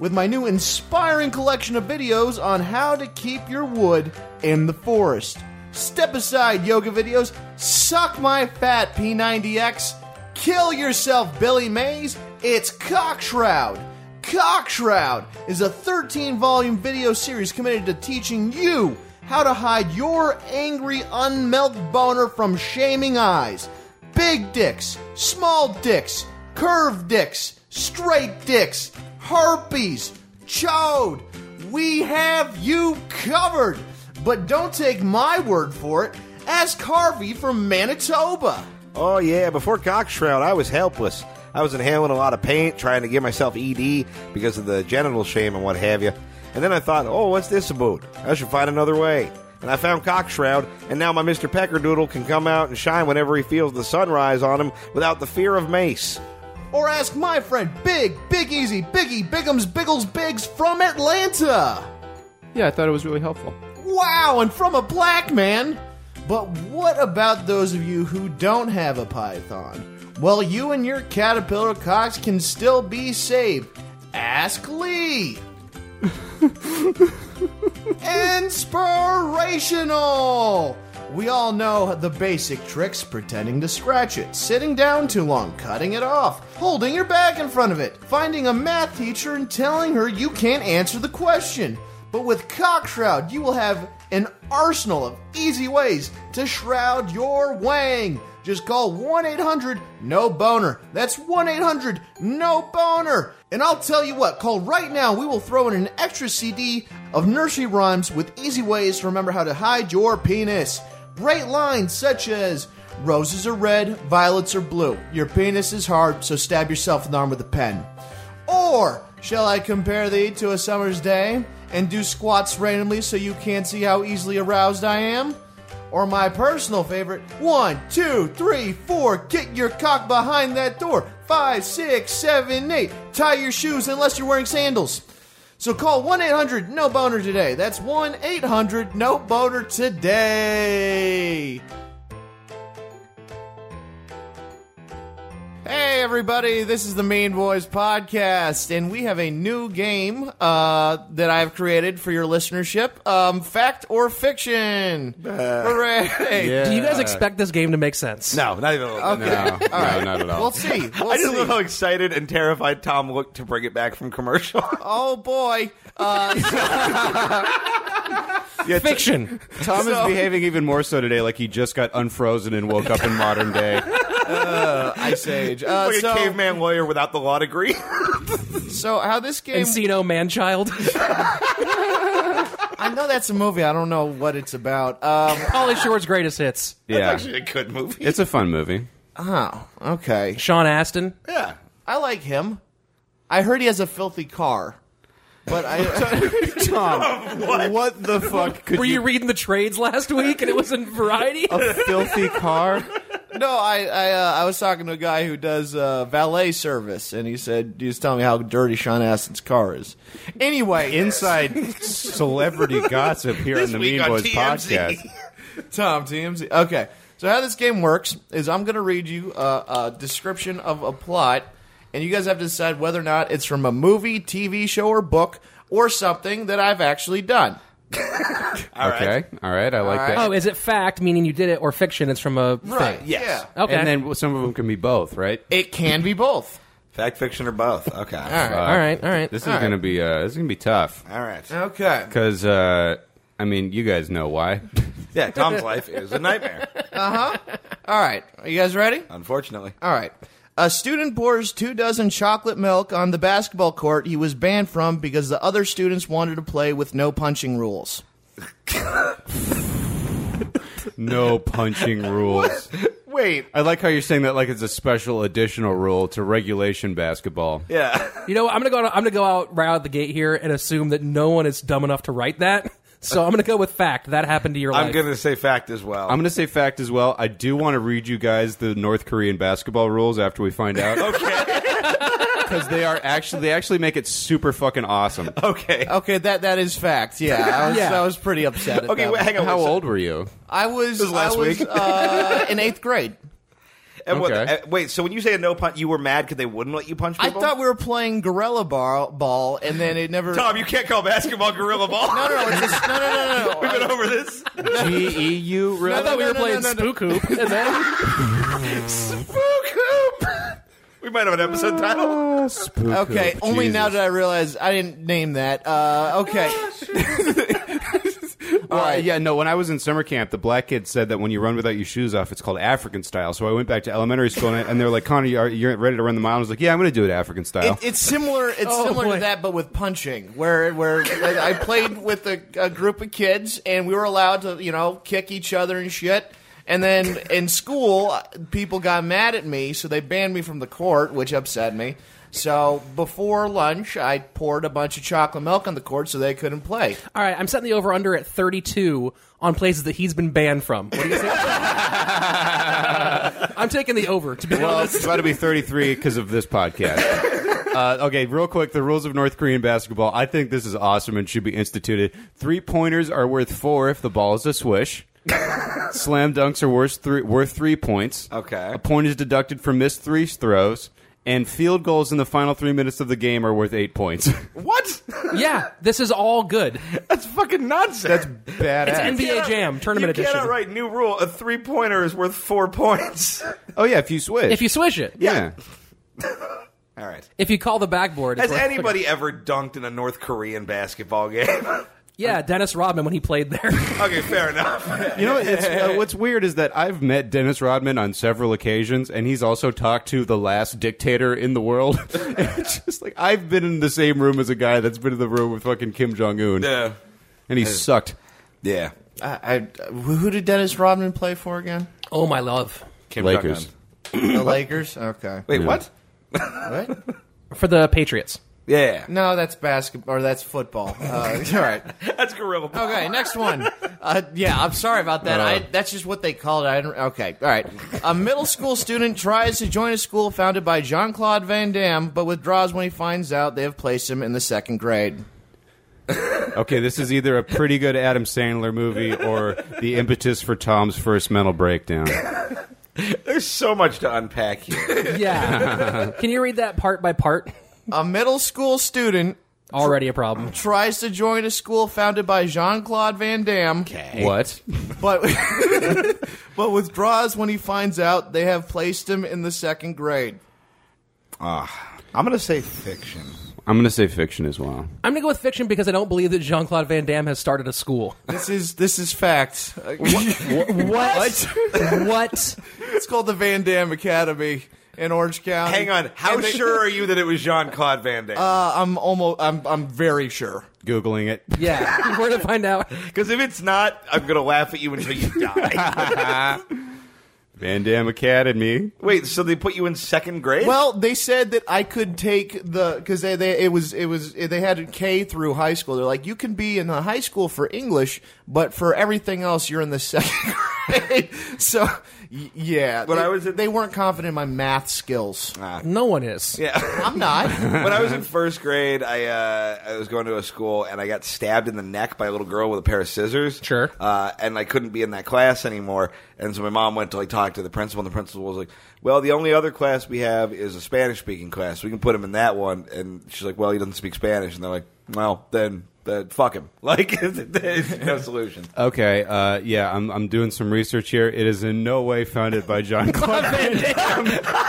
Speaker 2: with my new inspiring collection of videos on how to keep your wood in the forest. Step aside, yoga videos. Suck my fat, P90X. Kill yourself, Billy Mays. It's Cock Shroud. Cock Shroud is a 13 volume video series committed to teaching you how to hide your angry, unmelt boner from shaming eyes. Big dicks, small dicks, curved dicks, straight dicks, herpes, chode. We have you covered. But don't take my word for it. Ask Harvey from Manitoba.
Speaker 1: Oh yeah, before Cockshroud, I was helpless. I was inhaling a lot of paint, trying to give myself ED because of the genital shame and what have you. And then I thought, oh, what's this about? I should find another way. And I found Cockshroud, and now my Mr. Peckerdoodle can come out and shine whenever he feels the sunrise on him without the fear of mace.
Speaker 2: Or ask my friend Big, Big Easy, Biggie, Biggums, Biggles, Biggs from Atlanta.
Speaker 3: yeah, I thought it was really helpful.
Speaker 2: Wow, and from a black man. But what about those of you who don't have a python? Well, you and your caterpillar cocks can still be saved. Ask Lee. Inspirational. We all know the basic tricks pretending to scratch it, sitting down too long, cutting it off, holding your bag in front of it, finding a math teacher and telling her you can't answer the question. But with Cockshroud, you will have an arsenal of easy ways to shroud your wang. Just call 1 800 No Boner. That's 1 800 No Boner. And I'll tell you what, call right now. We will throw in an extra CD of nursery rhymes with easy ways to remember how to hide your penis. Great lines such as Roses are red, violets are blue. Your penis is hard, so stab yourself in the arm with a pen. Or shall I compare thee to a summer's day and do squats randomly so you can't see how easily aroused I am? Or my personal favorite, one, two, three, four, get your cock behind that door. Five, six, seven, eight, tie your shoes unless you're wearing sandals. So call 1 800 No Boner today. That's 1 800 No Boner today. Hey, everybody, this is the Mean Boys Podcast, and we have a new game uh, that I've created for your listenership um, Fact or Fiction. Hooray!
Speaker 5: Do you guys expect this game to make sense?
Speaker 1: No, not even a little bit.
Speaker 3: No, no, not at all.
Speaker 2: We'll see. We'll
Speaker 1: I just
Speaker 2: see.
Speaker 1: love how excited and terrified Tom looked to bring it back from commercial.
Speaker 2: Oh, boy. Uh,
Speaker 5: Fiction.
Speaker 3: Tom is behaving even more so today, like he just got unfrozen and woke up in modern day.
Speaker 2: Ice Age. Uh,
Speaker 1: like
Speaker 2: so,
Speaker 1: a caveman lawyer without the law degree.
Speaker 2: so, how this game.
Speaker 5: Encino man child.
Speaker 2: I know that's a movie. I don't know what it's about. Um,
Speaker 5: Polly Shore's greatest hits.
Speaker 1: That's
Speaker 3: Yeah,
Speaker 1: actually a good movie.
Speaker 3: it's a fun movie.
Speaker 2: oh, okay.
Speaker 5: Sean Astin.
Speaker 1: yeah.
Speaker 2: I like him. I heard he has a filthy car, but I
Speaker 3: Tom, what? the fuck? Could
Speaker 5: Were you reading the trades last week and it was in Variety?
Speaker 3: a filthy car?
Speaker 2: no, I I, uh, I was talking to a guy who does uh, valet service, and he said he was telling me how dirty Sean Astin's car is. Anyway,
Speaker 3: Inside celebrity gossip here
Speaker 1: This
Speaker 3: on the
Speaker 1: week
Speaker 3: Mean
Speaker 1: on
Speaker 3: Boys
Speaker 1: TMZ.
Speaker 3: podcast.
Speaker 2: Tom TMZ. Okay, so how this game works is I'm going to read you a, a description of a plot, and you guys have to decide whether or not it's from a movie, TV show, or book, or something that I've actually done.
Speaker 3: okay, all right, I like
Speaker 2: All right.
Speaker 3: that.
Speaker 5: Oh, is it fact, meaning you did it, or fiction? It's from a
Speaker 2: Right.
Speaker 5: thing.
Speaker 1: Yes.
Speaker 2: Yeah.
Speaker 5: Oh, Okay.
Speaker 3: And then some of them can be both, right?
Speaker 2: It can be both.
Speaker 1: Fact, fiction, or both. Okay. All
Speaker 2: right.
Speaker 5: all right, all right.
Speaker 3: This is gonna be uh, this is gonna be tough
Speaker 1: All right.
Speaker 2: Okay.
Speaker 3: because uh, I mean you guys know why.
Speaker 1: Yeah, Tom's life is a nightmare,
Speaker 2: All right. Are you guys ready?
Speaker 1: unfortunately.
Speaker 2: All right. A student pours two dozen chocolate milk on the basketball court he was banned from because the other students wanted to play with no punching rules.
Speaker 3: No punching rules.
Speaker 2: Wait.
Speaker 3: I like how you're saying that like it's a special additional rule to regulation basketball.
Speaker 1: Yeah.
Speaker 5: You know, what? I'm gonna go. I'm gonna go out right out the gate here and assume that no one is dumb enough to write that. So I'm gonna go with fact. That happened to your
Speaker 1: I'm
Speaker 5: life.
Speaker 1: going to say fact as well.
Speaker 3: I'm gonna say fact as well. I do want to read you guys the North Korean basketball rules after we find out
Speaker 1: okay.
Speaker 3: because they are actually they actually make it super fucking awesome.
Speaker 1: Okay.
Speaker 2: Okay, that that is fact. Yeah, I was,
Speaker 5: Yeah.
Speaker 2: I was pretty upset. At
Speaker 1: Okay,
Speaker 2: that
Speaker 1: wait,
Speaker 2: one.
Speaker 1: hang on.
Speaker 3: How
Speaker 1: wait, so-
Speaker 3: old were you?
Speaker 2: I was,
Speaker 1: was last
Speaker 2: I was,
Speaker 1: week.
Speaker 2: uh, in eighth grade.
Speaker 1: and what-
Speaker 3: Okay.
Speaker 1: uh, wait, so when you say a no punch, you were mad because they wouldn't let you punch
Speaker 2: I
Speaker 1: people?
Speaker 2: thought we were playing gorilla ball, ball and then it never.
Speaker 1: Tom, you can't call basketball gorilla ball.
Speaker 2: no, no, no, it's just, no, no, no, no.
Speaker 1: We've been over this.
Speaker 3: G E U
Speaker 5: I
Speaker 3: really?
Speaker 5: thought we
Speaker 2: No, no,
Speaker 5: were
Speaker 2: no,
Speaker 5: playing
Speaker 2: no, no, no.
Speaker 5: spook hoop, and then
Speaker 1: We might have an episode title.
Speaker 2: Okay, only now did I realize I didn't name that. Uh, okay,
Speaker 3: Well, yeah, no. When I was in summer camp, the black kid said that when you run without your shoes off, it's called African style. So I went back to elementary school, and, I- and they were like, "Connor, you are you ready to run the mile?" I was like, "Yeah, I'm going to do it African style."
Speaker 2: it, it's similar. It's
Speaker 5: Oh,
Speaker 2: similar
Speaker 5: boy.
Speaker 2: to that, but with punching, where where I I played with a, a group of kids, and we were allowed to, you know, kick each other and shit. And then in school, uh, people got mad at me, so they banned me from the court, which upset me. So before lunch, I poured a bunch of chocolate milk on the court so they couldn't play.
Speaker 5: all right, I'm setting the over under at 32 on places that he's been banned from. What do you say? I'm taking the over. To be
Speaker 3: well,
Speaker 5: honest,
Speaker 3: it's about to be 33 because of this podcast. Uh, okay, real quick, the rules of North Korean basketball. I think this is awesome and should be instituted. Three pointers are worth four if the ball is a swish. Slam dunks are worth three, worth three points.
Speaker 1: Okay.
Speaker 3: A point is deducted for missed three throws. and field goals in the final three minutes of the game are worth eight points.
Speaker 1: What?
Speaker 5: Yeah, this is all good.
Speaker 1: That's fucking nonsense.
Speaker 3: Badass.
Speaker 5: It's NBA
Speaker 1: cannot-
Speaker 5: Jam Tournament
Speaker 1: you
Speaker 5: Edition.
Speaker 1: cannot write new rule. A three pointer is worth four points.
Speaker 3: oh yeah, if you switch.
Speaker 5: If you swish it,
Speaker 3: yeah.
Speaker 1: All right.
Speaker 5: if you call the backboard, it's
Speaker 1: Has
Speaker 5: like-
Speaker 1: anybody ever dunked in a North Korean basketball game?
Speaker 5: Yeah, Dennis Rodman when he played there.
Speaker 1: okay, fair enough.
Speaker 3: You know it's, uh, what's weird is that I've met Dennis Rodman on several occasions, and he's also talked to the last dictator in the world. it's just like I've been in the same room as a guy that's been in the room with fucking Kim Jong Un,
Speaker 1: Yeah.
Speaker 3: and he sucked.
Speaker 1: Yeah.
Speaker 2: I, I, who did Dennis Rodman play for again?
Speaker 5: oh my love,
Speaker 1: Kim
Speaker 3: Lakers.
Speaker 1: Jong-un.
Speaker 2: The Lakers. Okay.
Speaker 1: Wait,
Speaker 3: Yeah.
Speaker 1: what?
Speaker 2: What?
Speaker 5: for the Patriots.
Speaker 1: Yeah.
Speaker 2: No, that's basketball or that's football. Uh, all right.
Speaker 1: That's gorilla. ball.
Speaker 2: Okay, next one. Uh, yeah, I'm sorry about that.
Speaker 1: Uh.
Speaker 2: I, that's just what they called it. I didn't, okay, all right. A middle school student tries to join a school founded by Jean Claude Van Damme, but withdraws when he finds out they have placed him in the second grade.
Speaker 3: Okay, this is either a pretty good Adam Sandler movie or the impetus for Tom's first mental breakdown.
Speaker 1: There's so much to unpack here.
Speaker 5: Yeah, can you read that part by part?
Speaker 2: A middle school student
Speaker 5: Already a problem.
Speaker 2: tries to join a school founded by Jean Claude Van Damme,
Speaker 3: What?
Speaker 2: but but withdraws when he finds out they have placed him in the second grade.
Speaker 1: I'm gonna say fiction.
Speaker 3: I'm going to say fiction as well.
Speaker 5: I'm gonna go with fiction because I don't believe that Jean Claude Van Damme has started a school.
Speaker 2: This is this is fact.
Speaker 5: What? what?
Speaker 2: It's called the Van Damme Academy in Orange County.
Speaker 1: Hang on. How
Speaker 2: And they-
Speaker 1: sure are you that it was Jean Claude Van Damme?
Speaker 2: Uh, I'm almost. I'm. I'm very sure.
Speaker 3: Googling it.
Speaker 5: Yeah, we're gonna find out.
Speaker 1: Because if it's not, I'm gonna laugh at you until you die.
Speaker 3: Van Damme Academy.
Speaker 1: Wait, so they put you in second grade?
Speaker 2: Well, they said that I could take the because they, they it was it was they had a K through high school. They're like you can be in the high school for English, but for everything else you're in the second grade. so y- yeah,
Speaker 1: When
Speaker 2: they,
Speaker 1: I was in- Ah.
Speaker 2: they weren't confident in my math skills.
Speaker 5: No one is.
Speaker 1: yeah.
Speaker 2: I'm not.
Speaker 1: when I was in first grade, I uh, I was going to a school and I got stabbed in the neck by a little girl with a pair of scissors.
Speaker 5: Sure.
Speaker 1: Uh, and I couldn't be in that class anymore. And so my mom went to like talk to the principal, and the principal was like, "Well, the only other class we have is a Spanish speaking class. We can put him in that one." And she's like, "Well, he doesn't speak Spanish." And they're like, "Well, then." then fuck him. Like, there's no solution.
Speaker 3: Okay, uh, yeah, I'm, I'm doing some research here. It is in no way founded by John Claude Van Damme.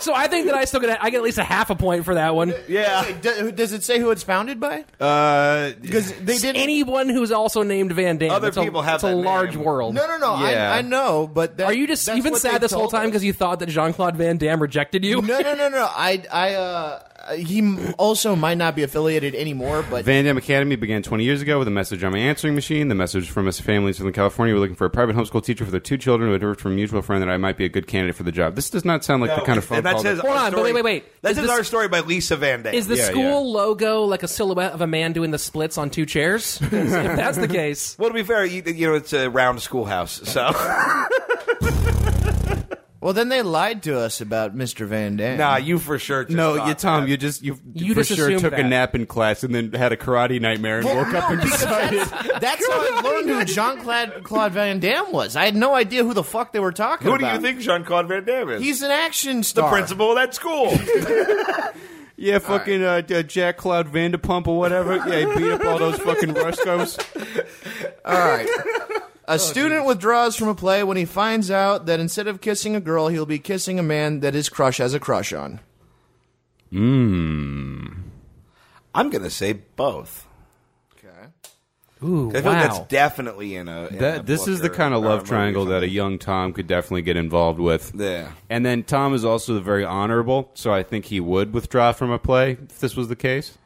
Speaker 5: So I think that I still get I get at least a half a point for that one.
Speaker 1: Yeah.
Speaker 2: Wait, do- Does it say who it's founded by?
Speaker 3: Uh,
Speaker 2: Because they didn't.
Speaker 5: Anyone who's also named Van Damme.
Speaker 1: Other
Speaker 5: It's a-
Speaker 1: people have
Speaker 5: It's a
Speaker 1: that
Speaker 5: large
Speaker 1: name.
Speaker 5: world.
Speaker 2: no, no, no.
Speaker 3: Yeah.
Speaker 2: I, I know, but that,
Speaker 5: Are you just
Speaker 2: that's
Speaker 5: even
Speaker 2: what
Speaker 5: sad
Speaker 2: they
Speaker 5: this whole
Speaker 2: told
Speaker 5: time
Speaker 2: us.
Speaker 5: because you thought that Jean Claude Van Damme rejected you?
Speaker 2: No, no, no, no. I, I, uh, he m- also might not be affiliated anymore, but
Speaker 3: Van Damme Academy began 20 years ago with a message on my answering machine. The message from a family in Southern California were looking for a private homeschool teacher for their two children who had heard from a mutual friend that I might be a good candidate for the job. This does not sound like the kind of phone
Speaker 1: and that
Speaker 3: call
Speaker 1: says
Speaker 3: that-
Speaker 5: Hold
Speaker 1: our
Speaker 5: on, but
Speaker 1: story-
Speaker 5: wait, wait, wait.
Speaker 1: That
Speaker 5: Is
Speaker 1: is
Speaker 5: this-
Speaker 1: our story by Lisa Van Dam.
Speaker 5: Is the
Speaker 3: Yeah,
Speaker 5: school
Speaker 3: yeah.
Speaker 5: logo like a silhouette of a man doing the splits on two chairs? if that's the case,
Speaker 1: well, to be fair, you, you know it's a round schoolhouse, so
Speaker 2: well, then they lied to us about Mr. Van Dam.
Speaker 1: nah, you for sure. Just
Speaker 3: No,
Speaker 1: thought
Speaker 3: you, Tom,
Speaker 1: that.
Speaker 3: you just you,
Speaker 5: You
Speaker 3: for
Speaker 5: just
Speaker 3: sure
Speaker 5: assumed
Speaker 3: took a
Speaker 5: that.
Speaker 3: nap in class and then had a karate nightmare and woke up and decided.
Speaker 2: That's how I learned who Jean Claude Claude Van Damme was. I had no idea who the fuck they were talking
Speaker 1: Who do
Speaker 2: about.
Speaker 1: you think Jean Claude Van Damme is?
Speaker 2: He's an action
Speaker 1: the
Speaker 2: star.
Speaker 1: principal of that school.
Speaker 3: Yeah, fucking uh, uh, Jack Cloud Vanderpump or whatever. Yeah, he beat up all those fucking Ruskos.
Speaker 2: All right. A student withdraws from a play when he finds out that instead of kissing a girl, he'll be kissing a man that his crush has a crush on.
Speaker 1: I'm gonna say both.
Speaker 2: Okay.
Speaker 5: ooh,
Speaker 1: I feel like
Speaker 5: wow.
Speaker 1: that's definitely in a. in a
Speaker 3: That, this
Speaker 1: book
Speaker 3: is the
Speaker 1: or-
Speaker 3: kind of
Speaker 1: or a
Speaker 3: love
Speaker 1: movie or
Speaker 3: triangle that a
Speaker 1: something.
Speaker 3: young Tom could definitely get involved with.
Speaker 1: Yeah.
Speaker 3: And then Tom is also very honorable, so I think he would withdraw from a play if this was the case.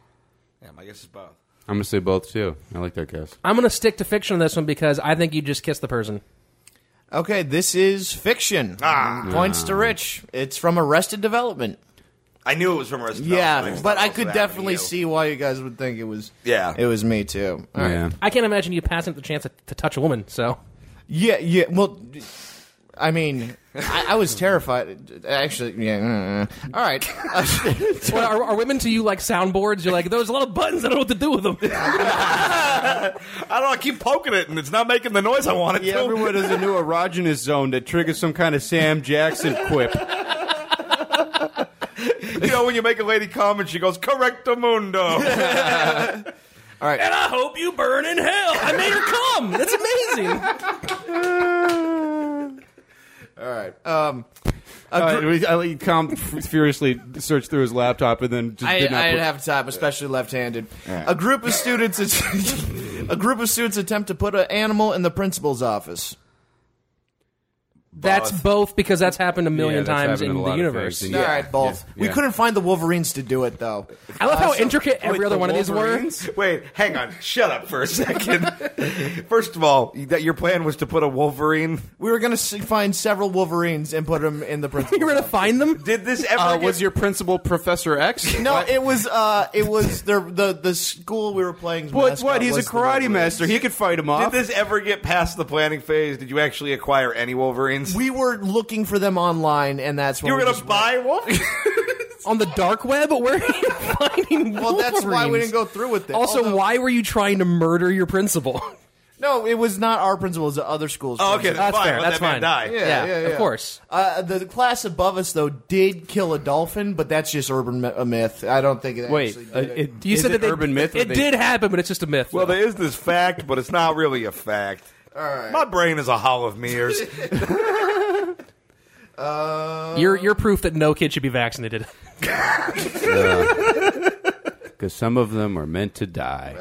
Speaker 1: Yeah, my guess is both.
Speaker 3: I'm going to say both, too. I like that guess.
Speaker 5: I'm gonna stick to fiction on this one because I think you just kiss the person.
Speaker 2: Okay, this is fiction.
Speaker 1: Ah.
Speaker 2: Points to Rich. It's from Arrested Development.
Speaker 1: I knew it was from Arrested Development.
Speaker 2: Yeah,
Speaker 1: just
Speaker 2: but
Speaker 1: thought
Speaker 2: I
Speaker 1: it Oh, was
Speaker 2: could
Speaker 1: what happened to
Speaker 2: definitely
Speaker 1: you.
Speaker 2: see why you guys would think it was.
Speaker 1: Yeah.
Speaker 2: it was me too. All right.
Speaker 3: Yeah.
Speaker 5: I can't imagine you passing up the chance to, to touch a woman. So
Speaker 2: yeah, yeah. Well, I mean, I, I was terrified. Actually, yeah. uh, All right.
Speaker 5: What, are, are women to you like soundboards? You're like, there's a lot of buttons. I don't know what to do with them.
Speaker 1: I don't know. I keep poking it, and it's not making the noise I want it to.
Speaker 3: Everyone has a new erogenous zone that triggers some kind of Sam Jackson quip.
Speaker 1: you know, when you make a lady comment, she goes, "Correctamundo."
Speaker 5: And I hope you burn in hell. I made her come. That's amazing.
Speaker 3: Uh, we- I like, Calm f- furiously searched through his laptop and then just
Speaker 2: I,
Speaker 3: did not.
Speaker 2: I
Speaker 3: put-
Speaker 2: would have time, especially left-handed. A group of students, a group of students attempt to put an animal in the principal's office.
Speaker 5: That's both because that's happened a
Speaker 3: Yeah,
Speaker 5: million
Speaker 3: that's
Speaker 5: times
Speaker 3: happened
Speaker 5: in
Speaker 3: a
Speaker 5: the
Speaker 3: lot of
Speaker 5: universe.
Speaker 3: things. Yeah.
Speaker 2: All right, both.
Speaker 3: Yeah.
Speaker 2: We
Speaker 3: Yeah.
Speaker 2: couldn't find the Wolverines to do it though.
Speaker 5: I love how intricate every
Speaker 3: Wait,
Speaker 5: other
Speaker 3: the
Speaker 5: one of these were.
Speaker 3: Wolverines?
Speaker 1: Wait, hang on. Shut up for a second. First of all, that your plan was to put a Wolverine.
Speaker 2: We were gonna s find several Wolverines and put them in the principal's.
Speaker 5: You were to
Speaker 2: office.
Speaker 5: find them?
Speaker 1: Did this ever?
Speaker 3: Uh,
Speaker 1: get-
Speaker 3: was your principal Professor X?
Speaker 2: No, it was uh, it was the the the school we were playing.
Speaker 3: What? What? He's a karate master. He could fight him
Speaker 1: Did
Speaker 3: off.
Speaker 1: this ever get past the planning phase? Did you actually acquire any Wolverines?
Speaker 2: We were looking for them online, and that's when
Speaker 1: you were
Speaker 2: we
Speaker 1: gonna
Speaker 2: just
Speaker 1: buy Wolverine.
Speaker 5: On the dark web? Where are you finding
Speaker 2: Well, that's why we
Speaker 5: Wolverines?
Speaker 2: didn't go through with it.
Speaker 5: Also,
Speaker 2: Although-
Speaker 5: why were you trying to murder your principal?
Speaker 2: No, it was not our principal. It was the other school's.
Speaker 1: oh, okay,
Speaker 2: principal.
Speaker 1: that's
Speaker 5: That's
Speaker 1: fine.
Speaker 5: fair,
Speaker 1: Let
Speaker 5: that's
Speaker 1: that man
Speaker 5: fine.
Speaker 1: Die.
Speaker 2: Yeah, yeah,
Speaker 5: of
Speaker 2: yeah.
Speaker 5: course.
Speaker 2: Uh, the, the class above us though did kill a dolphin, but that's just urban my- a myth. I don't think it
Speaker 3: Wait,
Speaker 2: actually did
Speaker 3: uh,
Speaker 2: it.
Speaker 3: it,
Speaker 5: You
Speaker 3: is it
Speaker 5: said that they,
Speaker 3: urban myth. or
Speaker 5: It
Speaker 3: they-
Speaker 5: did happen, but it's just a myth.
Speaker 1: Well,
Speaker 5: though.
Speaker 1: there is this fact, but it's not really a fact. All right. My brain is a hall of mirrors.
Speaker 5: you're, you're proof that no kid should be vaccinated.
Speaker 3: Because some of them are meant to die.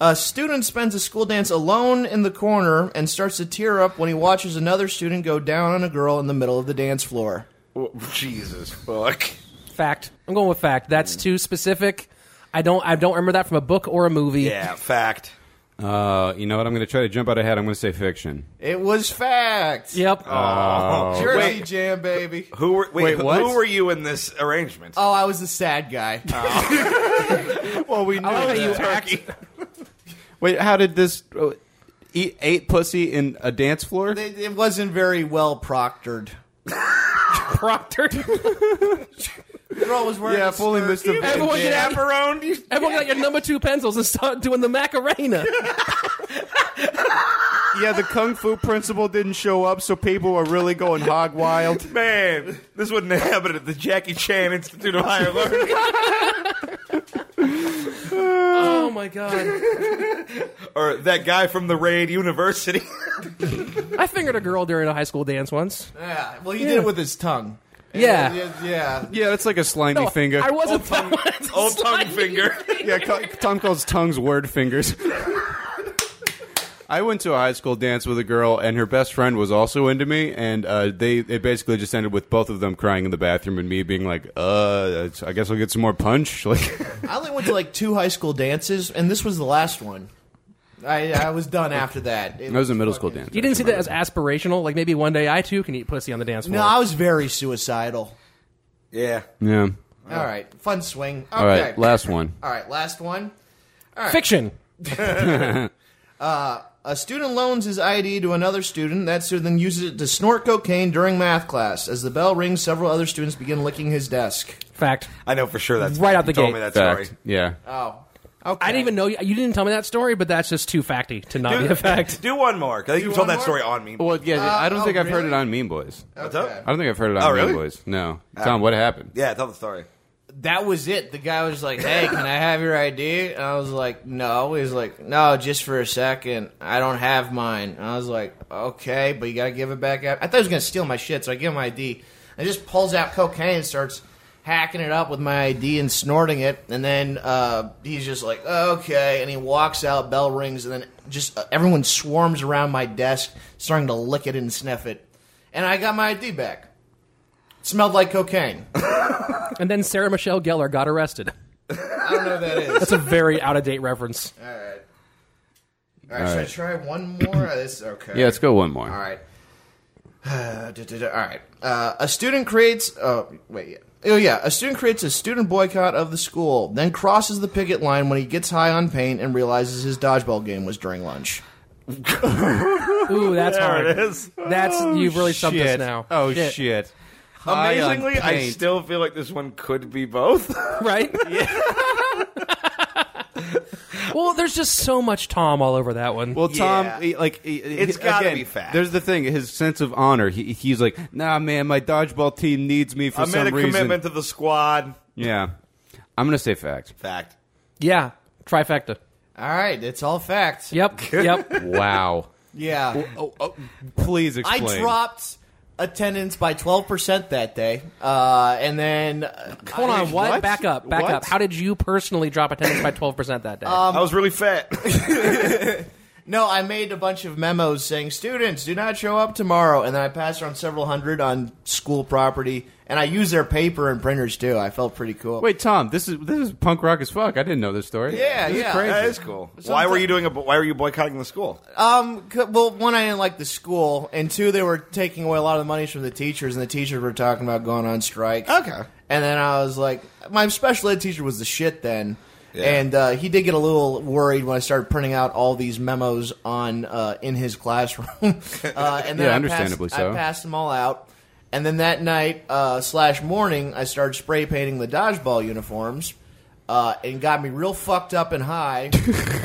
Speaker 2: A student spends a school dance alone in the corner and starts to tear up when he watches another student go down on a girl in the middle of the dance floor.
Speaker 1: Oh, Jesus fuck.
Speaker 5: fact. I'm going with fact. That's too specific. I don't I don't remember that from a book or a movie.
Speaker 1: Yeah, fact.
Speaker 3: uh, you know what? I'm going to try to jump out ahead. I'm going to say fiction.
Speaker 2: It was fact.
Speaker 5: Yep.
Speaker 2: Jersey
Speaker 1: Wait.
Speaker 2: Jam, baby.
Speaker 1: Who were wait,
Speaker 3: Wait,
Speaker 1: who-
Speaker 3: what?
Speaker 1: who were you in this arrangement?
Speaker 2: Oh, I was the sad guy.
Speaker 3: Well, we knew.
Speaker 5: I love how you act-
Speaker 3: Wait, how did this oh, eat eight pussy in a dance floor?
Speaker 2: it, it wasn't very well proctored.
Speaker 5: Proctor.
Speaker 2: The girl was wearing
Speaker 3: Yeah,
Speaker 2: a
Speaker 3: fully
Speaker 2: skirt.
Speaker 3: missed the
Speaker 5: Everyone get out.
Speaker 1: Chaperone? You-
Speaker 5: Everyone got your number two pencils and start doing the Macarena.
Speaker 3: Yeah, the kung fu principal didn't show up, so people are really going hog wild.
Speaker 1: Man, this wouldn't have happened at the Jackie Chan Institute of Higher Learning
Speaker 5: oh my god.
Speaker 1: or that guy from the Raid University.
Speaker 5: I fingered a girl during a high school dance once.
Speaker 2: Yeah, well, he did it with his tongue.
Speaker 5: Yeah.
Speaker 2: yeah, yeah.
Speaker 3: Yeah, that's like a slindy
Speaker 5: No,
Speaker 3: finger.
Speaker 5: I wasn't tongue,
Speaker 1: Old tongue finger.
Speaker 3: yeah, cu- Tom calls tongues word fingers. I went to a high school dance with a girl, and her best friend was also into me, and uh, they it basically just ended with both of them crying in the bathroom and me being like, "Uh, I guess I'll get some more punch." Like,
Speaker 2: I only went to like two high school dances, and this was the last one. I I was done after that. It
Speaker 3: that was a middle school dance.
Speaker 5: You didn't see that as aspirational? Like maybe one day I too can eat pussy on the dance floor.
Speaker 2: No, I was very suicidal.
Speaker 1: Yeah.
Speaker 3: Yeah.
Speaker 2: All right, fun swing. Okay.
Speaker 3: All right, last one.
Speaker 2: All right, last one.
Speaker 5: Fiction.
Speaker 2: A student loans his ID to another student. That student then uses it to snort cocaine during math class. As the bell rings, several other students begin licking his desk.
Speaker 5: Fact.
Speaker 1: I know for sure that's
Speaker 5: Right out the
Speaker 1: you told
Speaker 5: gate.
Speaker 1: me that
Speaker 3: Fact.
Speaker 1: story.
Speaker 3: Yeah.
Speaker 2: Oh, okay.
Speaker 5: I didn't even know you, you didn't tell me that story, but that's just too facty to not be a fact.
Speaker 1: Do one more. 'cause I think you told
Speaker 2: one
Speaker 1: that
Speaker 2: more?
Speaker 1: story on me.
Speaker 3: Well, yeah, I don't
Speaker 2: oh,
Speaker 3: think I've heard
Speaker 2: really?
Speaker 3: it on Mean Boys. I
Speaker 1: What's up?
Speaker 3: don't think I've heard it on
Speaker 1: Uh, Oh,
Speaker 3: Mean
Speaker 1: really?
Speaker 3: Boys. No, Tom, what happened?
Speaker 1: Yeah, tell the story.
Speaker 2: That was it. The guy was like, "Hey, can I have your ID?" And I was like, "No." He's like, "No, just for a second. I don't have mine." And I was like, "Okay, but you gotta give it back out." I thought he was gonna steal my shit, so I give him my ID. And he just pulls out cocaine and starts hacking it up with my ID and snorting it. And then uh, he's just like, "Okay," and he walks out. Bell rings, and then just uh, everyone swarms around my desk, starting to lick it and sniff it. And I got my ID back. It smelled like cocaine.
Speaker 5: And then Sarah Michelle Gellar got arrested.
Speaker 2: I don't know what that is.
Speaker 5: That's a very out of date reference.
Speaker 2: All right, should I try one more? Uh, this okay.
Speaker 3: Yeah, let's go one more.
Speaker 2: All right. Uh, duh, duh, duh, all right. Uh, a student creates. Oh wait. Yeah. Oh yeah. A student creates a student boycott of the school, then crosses the picket line when he gets high on paint and realizes his dodgeball game was during lunch.
Speaker 5: Ooh, that's hard.
Speaker 1: There it is.
Speaker 5: That's you've really summed this
Speaker 3: Shit.
Speaker 5: now.
Speaker 3: Oh shit. High on
Speaker 1: Amazingly, I
Speaker 3: paint.
Speaker 1: still feel like this one could be both.
Speaker 5: Right? Well, there's just so much Tom all over that one.
Speaker 3: Well, Tom,
Speaker 1: Yeah.
Speaker 3: he- like he,
Speaker 1: It's
Speaker 3: he-
Speaker 1: gotta
Speaker 3: again,
Speaker 1: be fact.
Speaker 3: There's the thing: his sense of honor. He, he's like, nah, man, my dodgeball team needs me for
Speaker 1: I
Speaker 3: some
Speaker 1: made a
Speaker 3: reason.
Speaker 1: commitment to the squad.
Speaker 3: yeah, I'm gonna say fact.
Speaker 1: Fact.
Speaker 5: yeah, trifecta.
Speaker 2: All right, it's all facts.
Speaker 5: Yep, yep.
Speaker 3: Wow.
Speaker 2: Yeah.
Speaker 3: oh, oh, please
Speaker 2: I
Speaker 3: explain.
Speaker 2: dropped attendance by 12% that day. Uh, and then uh,
Speaker 5: Hold
Speaker 2: I-
Speaker 5: on, what? Back up, back
Speaker 3: What?
Speaker 5: up. How did you personally drop attendance by twelve percent that day?
Speaker 1: I was really fat.
Speaker 2: No, I made a bunch of memos saying students do not show up tomorrow, and then I passed around several hundred on school property, and I used their paper and printers too. I felt pretty cool.
Speaker 3: Wait, Tom, this is this is punk rock as fuck. I didn't know this story.
Speaker 2: yeah,
Speaker 3: this
Speaker 2: yeah, Uh,
Speaker 3: Is crazy.
Speaker 1: that is cool. Why were you doing? A, why were you boycotting the school?
Speaker 2: Um, c- well, one, I didn't like the school, and two, they were taking away a lot of the monies from the teachers, and the teachers were talking about going on strike.
Speaker 1: Okay.
Speaker 2: And then I was like, my special ed teacher was the shit then.
Speaker 1: Yeah.
Speaker 2: And uh, he did get a little worried when I started printing out all these memos on uh, in his classroom. uh, and then I passed-
Speaker 3: understandably so.
Speaker 2: I passed them all out. And then that night uh, slash morning, I started spray painting the dodgeball uniforms, uh, and got me real fucked up and high.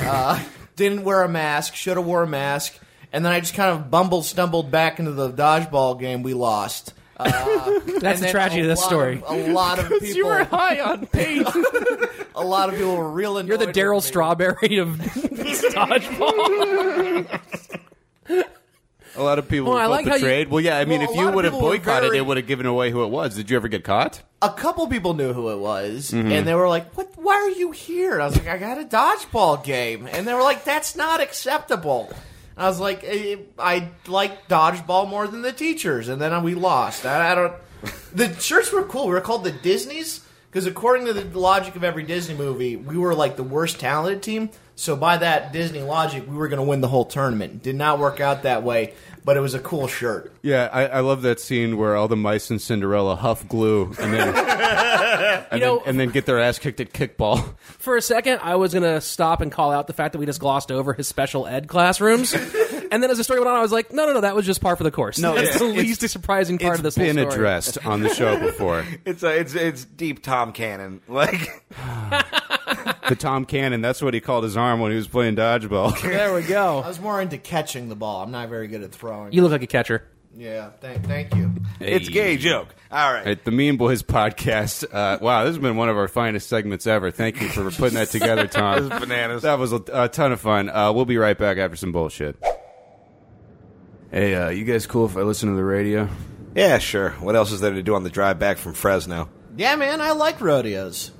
Speaker 2: uh, didn't wear a mask. Should have wore a mask. And then I just kind of bumble stumbled back into the dodgeball game. We lost. Uh,
Speaker 5: That's
Speaker 2: and
Speaker 5: the
Speaker 2: then
Speaker 5: tragedy
Speaker 2: a
Speaker 5: of this
Speaker 2: lot
Speaker 5: story.
Speaker 2: a lot of people,
Speaker 5: high on paint.
Speaker 2: a lot of people were real annoyed.
Speaker 5: You're the
Speaker 2: with
Speaker 5: Daryl
Speaker 2: me.
Speaker 5: Strawberry of dodgeball.
Speaker 3: A lot of people
Speaker 2: Oh,
Speaker 5: Well, I
Speaker 3: felt
Speaker 5: like how you-
Speaker 3: betrayed. well, yeah, I mean,
Speaker 2: Well, a
Speaker 3: if
Speaker 2: lot
Speaker 3: you
Speaker 2: of
Speaker 3: would have
Speaker 2: people were
Speaker 3: boycotted,
Speaker 2: very-
Speaker 3: it would have given away who it was. Did you ever get caught?
Speaker 2: A couple people knew who it was, and they were like, "What? Why are you here?" And I was like, "I got a dodgeball game," and they were like, "That's not acceptable." And I was like, eh, "I like dodgeball more than the teachers," and then we lost. I, I don't. The shirts were cool. We were called the Disneys because, according to the logic of every Disney movie, we were like the worst talented team. So by that Disney logic, we were going to win the whole tournament. Did not work out that way, but it was a cool shirt.
Speaker 3: Yeah, I, I love that scene where all the mice and Cinderella huff glue and then and,
Speaker 5: know-
Speaker 3: then, and then get their ass kicked at kickball.
Speaker 5: For a second, I was gonna stop and call out the fact that we just glossed over his special ed classrooms, and then as the story went on, I was like, no, no, no, that was just part for the course.
Speaker 3: No,
Speaker 5: that's
Speaker 3: it's-
Speaker 5: the
Speaker 3: it's-
Speaker 5: least surprising part
Speaker 3: It's
Speaker 5: of this
Speaker 3: been
Speaker 5: whole story.
Speaker 3: addressed on the show before.
Speaker 1: It's a, it's it's deep Tom Cannon. Like
Speaker 3: the Tom Cannon, that's what he called his arm when he was playing dodgeball.
Speaker 5: There we
Speaker 2: I
Speaker 5: go.
Speaker 2: was more into catching the ball. I'm not very good at throwing.
Speaker 5: You look like a catcher.
Speaker 2: Yeah, thank, thank you.
Speaker 1: it's a gay joke. All right.
Speaker 3: At the Mean Boys podcast. Uh, wow, this has been one of our finest segments ever. Thank you for putting that together, Tom.
Speaker 1: This is bananas.
Speaker 3: That was a, a ton of fun. Uh, we'll be right back after some bullshit. Hey, uh, you guys cool if I listen to the radio?
Speaker 1: Yeah, sure. What else is there to do on the drive back from Fresno?
Speaker 2: Yeah, man, I like rodeos.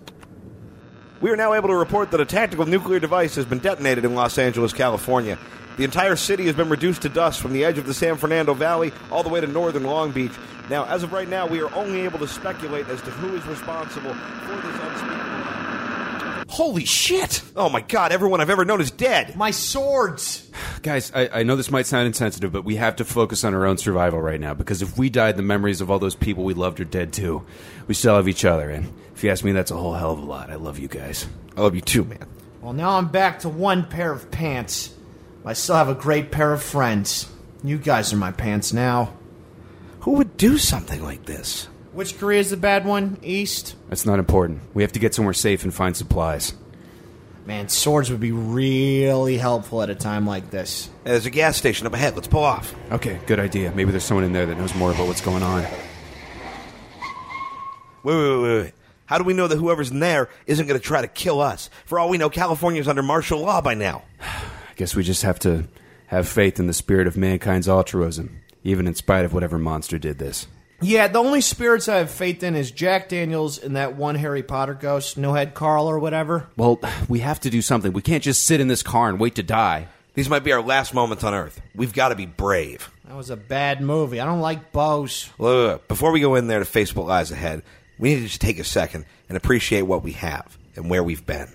Speaker 1: We are now able to report that a tactical nuclear device has been detonated in Los Angeles, California. The entire city has been reduced to dust from the edge of the San Fernando Valley all the way to northern Long Beach. Now, as of right now, we are only able to speculate as to who is responsible for this unspeakable.
Speaker 2: Holy shit!
Speaker 1: Oh my god, everyone I've ever known is dead.
Speaker 2: My swords!
Speaker 3: Guys, I, I know this might sound insensitive, but we have to focus on our own survival right now because if we died, the memories of all those people we loved are dead too. We still have each other, and if you ask me, that's a whole hell of a lot. I love you guys.
Speaker 1: I love you too, man.
Speaker 2: Well, now I'm back to one pair of pants. I still have a great pair of friends. You guys are my pants now.
Speaker 1: Who would do something like this?
Speaker 2: Which Korea's the bad one? East?
Speaker 3: That's not important. We have to get somewhere safe and find supplies.
Speaker 2: Man, swords would be really helpful at a time like this.
Speaker 1: There's a gas station up ahead. Let's pull off.
Speaker 3: Okay, good idea. Maybe there's someone in there that knows more about what's going on.
Speaker 1: Wait, wait, wait, wait, wait. How do we know that whoever's in there isn't going to try to kill us? For all we know, California's under martial law by now.
Speaker 3: I guess we just have to have faith in the spirit of mankind's altruism, even in spite of whatever monster did this.
Speaker 2: Yeah, the only spirits I have faith in is Jack Daniels and that one Harry Potter ghost, No Head Carl or whatever.
Speaker 3: Well, we have to do something. We can't just sit in this car and wait to die.
Speaker 1: These might be our last moments on Earth. We've got to be brave.
Speaker 2: That was a bad movie. I don't like bows.
Speaker 1: Look, look, look, before we go in there to face what lies ahead, we need to just take a second and appreciate what we have and where we've been.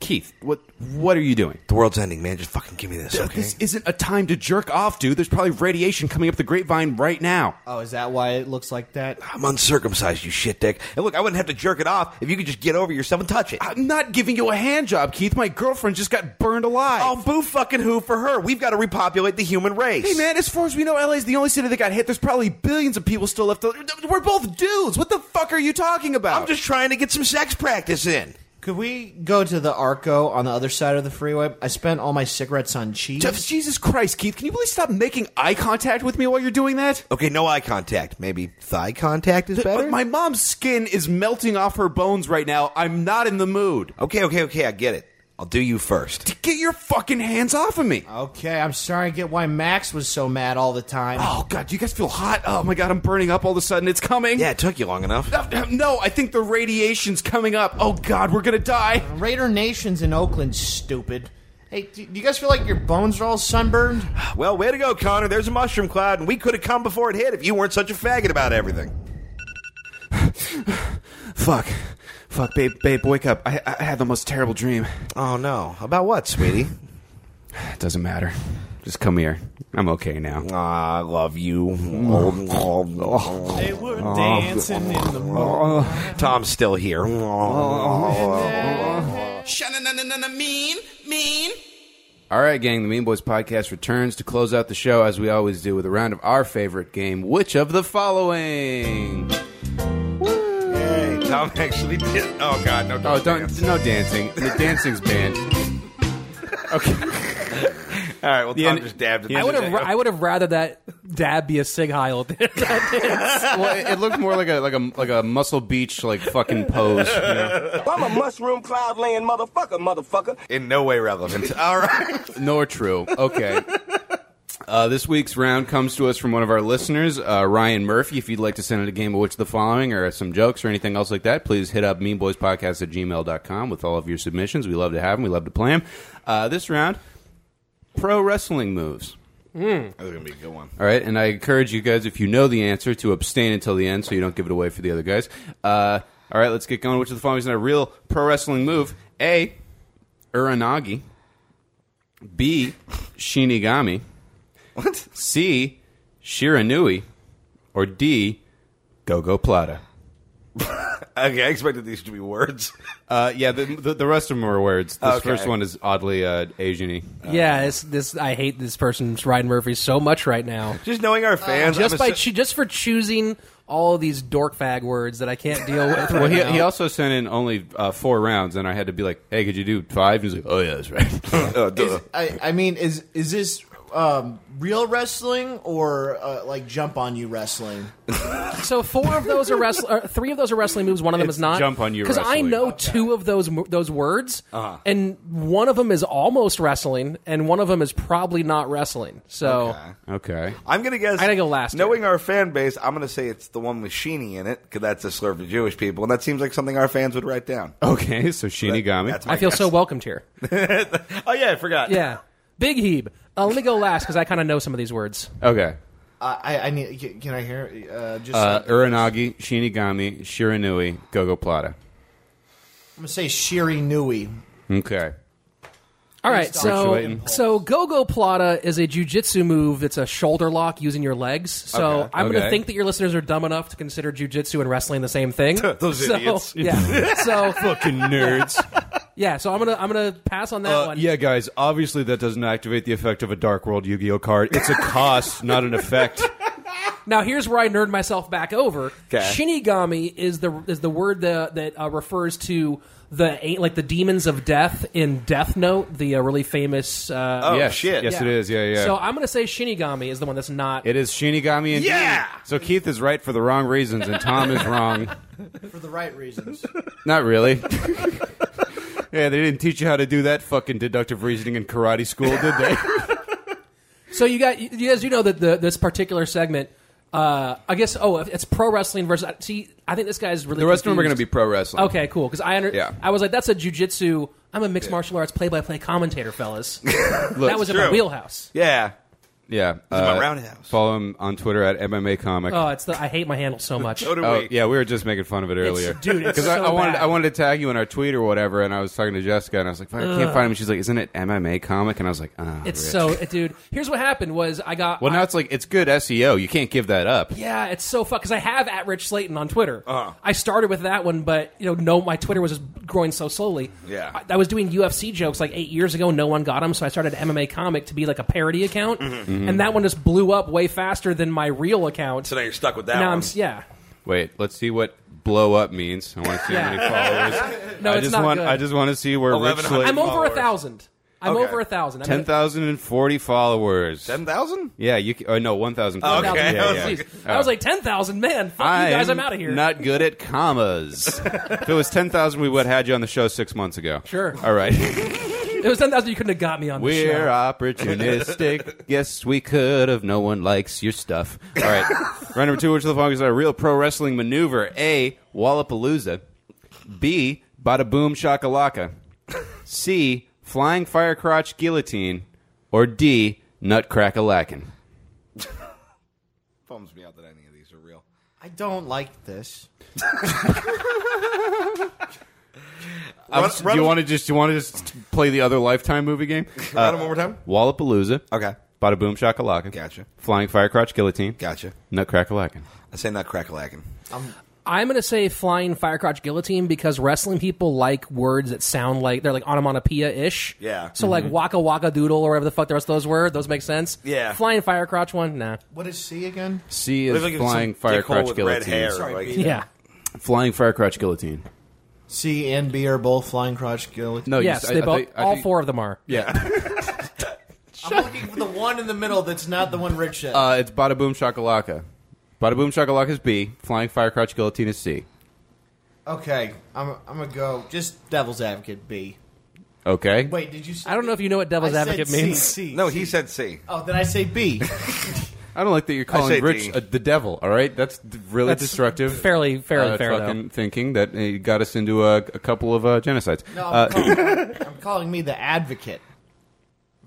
Speaker 3: Keith, what what are you doing?
Speaker 1: The world's ending, man. Just fucking give me this, okay?
Speaker 3: This isn't a time to jerk off, dude. There's probably radiation coming up the grapevine right now.
Speaker 2: Oh, is that why it looks like that?
Speaker 1: I'm uncircumcised, you shit dick. And look, I wouldn't have to jerk it off if you could just get over yourself and touch it.
Speaker 3: I'm not giving you a hand job, Keith. My girlfriend just got burned alive.
Speaker 1: Oh, boo fucking who for her. We've got to repopulate the human race.
Speaker 3: Hey man, as far as we know, LA's the only city that got hit. There's probably billions of people still left. We're both dudes. What the fuck are you talking about?
Speaker 1: I'm just trying to get some sex practice in.
Speaker 2: Could we go to the Arco on the other side of the freeway? I spent all my cigarettes on cheese.
Speaker 10: Jeff, Jesus Christ, Keith, can you please stop making eye contact with me while you're doing that?
Speaker 1: Okay, no eye contact. Maybe thigh contact is better.
Speaker 10: But my mom's skin is melting off her bones right now. I'm not in the mood.
Speaker 1: okay, okay, okay. I get it. I'll do you first.
Speaker 10: Get your fucking hands off of me.
Speaker 2: Okay, I'm sorry. I get why Max was so mad all the time.
Speaker 3: Ah.
Speaker 10: Oh god, do you guys feel hot? Oh my god, I'm burning up all of a sudden. It's coming.
Speaker 1: Yeah, it took you long enough.
Speaker 10: No, No, I think the radiation's coming up. Oh god, we're gonna die.
Speaker 2: Raider Nation's in Oakland, stupid. Hey, do do you guys feel like your bones are all sunburned?
Speaker 1: Well, way to go, Connor. There's a mushroom cloud, and we could have come before it hit if you weren't such a faggot about everything.
Speaker 10: Fuck. Fuck, babe, babe, wake up. I, I had the most terrible dream.
Speaker 1: Oh no. About what, sweetie?
Speaker 10: It doesn't matter. Just come here. I'm okay now.
Speaker 1: Ah, I love you.
Speaker 11: They were dancing in the moonlight.
Speaker 1: Oh, Tom's still here. Oh,
Speaker 9: Mean, mean.
Speaker 3: All right, gang, the Mean Boys podcast returns to close out the show as we always do with a round of our favorite game, which of the following?
Speaker 1: Hey, Tom actually did. Oh God, no.
Speaker 3: Oh, don't no dancing. The dancing's banned.
Speaker 1: All right. Well, Tom
Speaker 10: Yeah,
Speaker 1: just dabbed.
Speaker 5: I would have. I would have rather that dab be a sig heil. than that dance.
Speaker 3: Well, it, it looked more like a like a like a Muscle Beach like fucking pose. you know?
Speaker 7: I'm a mushroom cloud laying motherfucker, motherfucker.
Speaker 1: in no way relevant. All right.
Speaker 3: Nor true. Okay. Uh, this week's round comes to us from one of our listeners, uh, Ryan Murphy. If you'd like to send in a game of which of the following or some jokes or anything else like that, please hit up meanboyspodcast at gmail.com with all of your submissions. We love to have them. We love to play them. Uh, this round, pro wrestling moves.
Speaker 1: That's gonna be a good one.
Speaker 3: All right, and I encourage you guys, if you know the answer, to abstain until the end so you don't give it away for the other guys. Uh, all right, let's get going. Which of the following is not a real pro wrestling move? A. Uranagi. B. Shinigami.
Speaker 1: What?
Speaker 3: C. Shiranui. Or D. Gogo Plata.
Speaker 1: Okay, I expected these to be words.
Speaker 3: Uh, yeah, the, the, the rest of them are words. This
Speaker 1: Okay.
Speaker 3: first one is oddly uh, Asian-y.
Speaker 5: yeah, it's, this I hate this person, Ryan Murphy, so much right now.
Speaker 1: Just knowing
Speaker 3: Uh,
Speaker 1: our fans.
Speaker 5: just
Speaker 1: I'm
Speaker 5: by
Speaker 1: assu-
Speaker 5: choo- just for choosing all of these dork fag words that I can't deal with.
Speaker 3: Well,
Speaker 5: right
Speaker 3: he,
Speaker 5: now.
Speaker 3: he also sent in only uh, four rounds, and I had to be like, hey, could you do five? And he's like, oh, yeah, that's right.
Speaker 1: Uh, duh.
Speaker 2: Is, I, I mean, is is this um, real wrestling or uh, like jump on you wrestling?
Speaker 5: so four of those are wrestling. Or three of those are wrestling moves. One of them
Speaker 3: It's
Speaker 5: is not.
Speaker 3: jump on you
Speaker 5: because I
Speaker 3: wrestling. Uh-huh.
Speaker 5: know two of those mo- those words, and one of them is almost wrestling, and one of them is probably not wrestling. So
Speaker 3: okay.
Speaker 1: I'm gonna guess.
Speaker 5: I gotta go last
Speaker 1: Knowing our fan base, I'm gonna say it's the one with Sheeny in it because that's a slur for Jewish people, and that seems like something our fans would write down.
Speaker 3: Okay, so Shinigami.
Speaker 1: That's my
Speaker 5: I feel
Speaker 1: guess.
Speaker 5: so welcomed here.
Speaker 1: Oh yeah, I forgot.
Speaker 5: Yeah, big heeb. Uh, let me go last because I kind of know some of these words.
Speaker 3: okay.
Speaker 2: I, I, I need. Can, can I hear? Uh, just
Speaker 3: Uh, Uranagi, Shinigami, Shiranui, Gogo Plata.
Speaker 2: I'm gonna say Shiri Nui.
Speaker 3: Okay.
Speaker 5: All right, so
Speaker 3: Fluctuating.
Speaker 5: so go-go plata is a jujitsu move. It's a shoulder lock using your legs. So
Speaker 3: Okay.
Speaker 5: I'm going
Speaker 3: Okay.
Speaker 5: to think that your listeners are dumb enough to consider jujitsu and wrestling the same thing.
Speaker 1: Those
Speaker 5: so,
Speaker 1: idiots.
Speaker 5: Yeah. so
Speaker 3: Fucking nerds.
Speaker 5: yeah. So I'm gonna I'm gonna pass on that
Speaker 3: Uh,
Speaker 5: one.
Speaker 3: guys, obviously that doesn't activate the effect of a Dark World Yu Gi Oh card. It's a cost, not an effect.
Speaker 5: Now here's where I nerd myself back over.
Speaker 1: 'Kay.
Speaker 5: Shinigami is the is the word that that uh, refers to the a- like the demons of death in Death Note, the uh, really famous. Uh,
Speaker 1: Oh
Speaker 3: yes,
Speaker 1: shit.
Speaker 3: Yes, it is. Yeah, yeah.
Speaker 5: So I'm gonna say Shinigami is the one that's not.
Speaker 3: it is Shinigami and
Speaker 1: Yeah!
Speaker 3: So Keith is right for the wrong reasons, and Tom is wrong.
Speaker 2: For the right reasons.
Speaker 3: Not really. yeah, they didn't teach you how to do that fucking deductive reasoning in karate school, did they?
Speaker 5: So you got you guys do know that the this particular segment. Uh, I guess. Oh, it's pro wrestling versus. See, I think this guy's really.
Speaker 3: the rest of them are
Speaker 5: confused.
Speaker 3: going to be pro wrestling.
Speaker 5: Okay, cool. Because I under,
Speaker 3: Yeah.
Speaker 5: I was like, that's a jujitsu. I'm a mixed martial arts play by play commentator, fellas. that was in my
Speaker 1: true.
Speaker 5: wheelhouse.
Speaker 1: Yeah.
Speaker 3: Yeah.
Speaker 1: my
Speaker 3: uh,
Speaker 1: roundhouse.
Speaker 3: Follow him on Twitter at MMA Comic.
Speaker 5: Oh, it's the. I hate my handle so much.
Speaker 1: So do
Speaker 3: Oh,
Speaker 1: we.
Speaker 3: yeah, we were just making fun of it earlier,
Speaker 5: dude, it's
Speaker 3: I,
Speaker 5: so
Speaker 3: I wanted
Speaker 5: bad.
Speaker 3: I wanted to tag you in our tweet or whatever, and I was talking to Jessica, and I was like, "Fuck, I can't find him. She's like, "Isn't it MMA comic?" And I was like, "Ah,
Speaker 5: It's
Speaker 3: rich."
Speaker 5: so, dude. Here's what happened: was I got
Speaker 3: Well,
Speaker 5: I-
Speaker 3: now it's like it's good SEO. You can't give that up.
Speaker 5: Yeah, it's so fun because I have at Rich Slayton on Twitter.
Speaker 3: Uh-huh.
Speaker 5: I started with that one, but you know, no, my Twitter was just growing so slowly.
Speaker 1: Yeah.
Speaker 5: I, I was doing UFC jokes like eight years ago. No one got them, so I started MMA comic to be like a parody
Speaker 3: Mm-hmm.
Speaker 5: account, and that one just blew up way faster than my real account.
Speaker 1: So now you're stuck with that
Speaker 5: now
Speaker 1: one.
Speaker 5: I'm s- yeah.
Speaker 3: Wait, let's see what blow up means. I want to see how many
Speaker 5: Yeah.
Speaker 3: followers.
Speaker 5: No,
Speaker 3: I
Speaker 5: it's
Speaker 3: just
Speaker 5: not
Speaker 3: want.
Speaker 5: good.
Speaker 3: I just want to see where Rich Slade.
Speaker 5: I'm over a thousand. I'm
Speaker 3: Okay.
Speaker 5: over a thousand. I'm
Speaker 3: Ten thousand and forty followers. Ten
Speaker 1: thousand?
Speaker 3: Yeah, you. c- Or no, one thousand.
Speaker 5: gonna- 1,000.
Speaker 3: Yeah,
Speaker 5: Oh,
Speaker 3: yeah.
Speaker 5: jeez. I was like ten thousand. Man, fuck you guys. I'm out of here.
Speaker 3: Not good at commas. if it was ten thousand, we would have had you on the show six months ago.
Speaker 5: Sure.
Speaker 3: All right.
Speaker 5: It was ten thousand. You couldn't have got me on. this
Speaker 3: We're
Speaker 5: show.
Speaker 3: opportunistic. Guess we could have. No one likes your stuff. All right. Round number two, which of the following is a real pro wrestling maneuver? A. Wallapalooza. B. Bada boom shakalaka. C. Flying fire crotch guillotine. Or D. Nutcrackalackin.
Speaker 1: Bums me out that any of these are real.
Speaker 2: I don't like this.
Speaker 3: I was- do you want to just do you want to just play the other Lifetime movie game? Uh,
Speaker 1: Run them one more time?
Speaker 3: Wallapalooza.
Speaker 1: Okay.
Speaker 3: Bada boom shakalaka.
Speaker 1: Gotcha.
Speaker 3: Flying fire crotch guillotine.
Speaker 1: Gotcha.
Speaker 3: Nutcrackalackin.
Speaker 1: I say not crack a lacking.
Speaker 5: I'm gonna say flying firecrotch guillotine because wrestling people like words that sound like they're like onomatopoeia ish.
Speaker 1: Yeah.
Speaker 5: So
Speaker 3: Mm-hmm.
Speaker 5: like waka waka doodle or whatever the fuck the rest of those were, those make sense.
Speaker 1: Yeah.
Speaker 5: Flying firecrotch one, nah.
Speaker 2: What is C again?
Speaker 3: C is
Speaker 1: Looks like
Speaker 3: flying
Speaker 1: some
Speaker 3: fire
Speaker 1: dickhole
Speaker 3: crotch
Speaker 1: with
Speaker 3: guillotine.
Speaker 1: red hair.
Speaker 2: Sorry,
Speaker 1: like-
Speaker 2: Pete.
Speaker 5: Yeah.
Speaker 3: Flying fire crotch guillotine.
Speaker 2: C and B are both flying crotch guillotine.
Speaker 3: No, you
Speaker 5: yes,
Speaker 3: s- I-
Speaker 5: they
Speaker 3: I
Speaker 5: both.
Speaker 3: think- I
Speaker 5: all
Speaker 3: think-
Speaker 5: four of them are.
Speaker 3: Yeah,
Speaker 2: I'm looking for the one in the middle that's not the one Rich said.
Speaker 3: uh, it's Bada Boom Shakalaka. Bada Boom Shakalaka is B. Flying fire crotch guillotine is C.
Speaker 2: okay, I'm, I'm gonna go just devil's advocate B.
Speaker 3: Okay.
Speaker 2: Wait, did you? Say
Speaker 5: I don't know if you know what devil's
Speaker 2: I said
Speaker 5: advocate
Speaker 2: C,
Speaker 5: means.
Speaker 2: C,
Speaker 1: No,
Speaker 2: C.
Speaker 1: he said C.
Speaker 2: Oh, then I say B.
Speaker 3: I don't like that you're
Speaker 1: say
Speaker 3: calling Rich
Speaker 1: D.
Speaker 3: uh, the devil. All right, that's d- really
Speaker 5: That's
Speaker 3: destructive.
Speaker 5: fairly- fairly
Speaker 3: uh,
Speaker 5: fair,
Speaker 3: fucking thinking that uh, got us into a, a couple of uh, genocides.
Speaker 2: No,
Speaker 3: Uh,
Speaker 2: I'm, calling, I'm calling me the advocate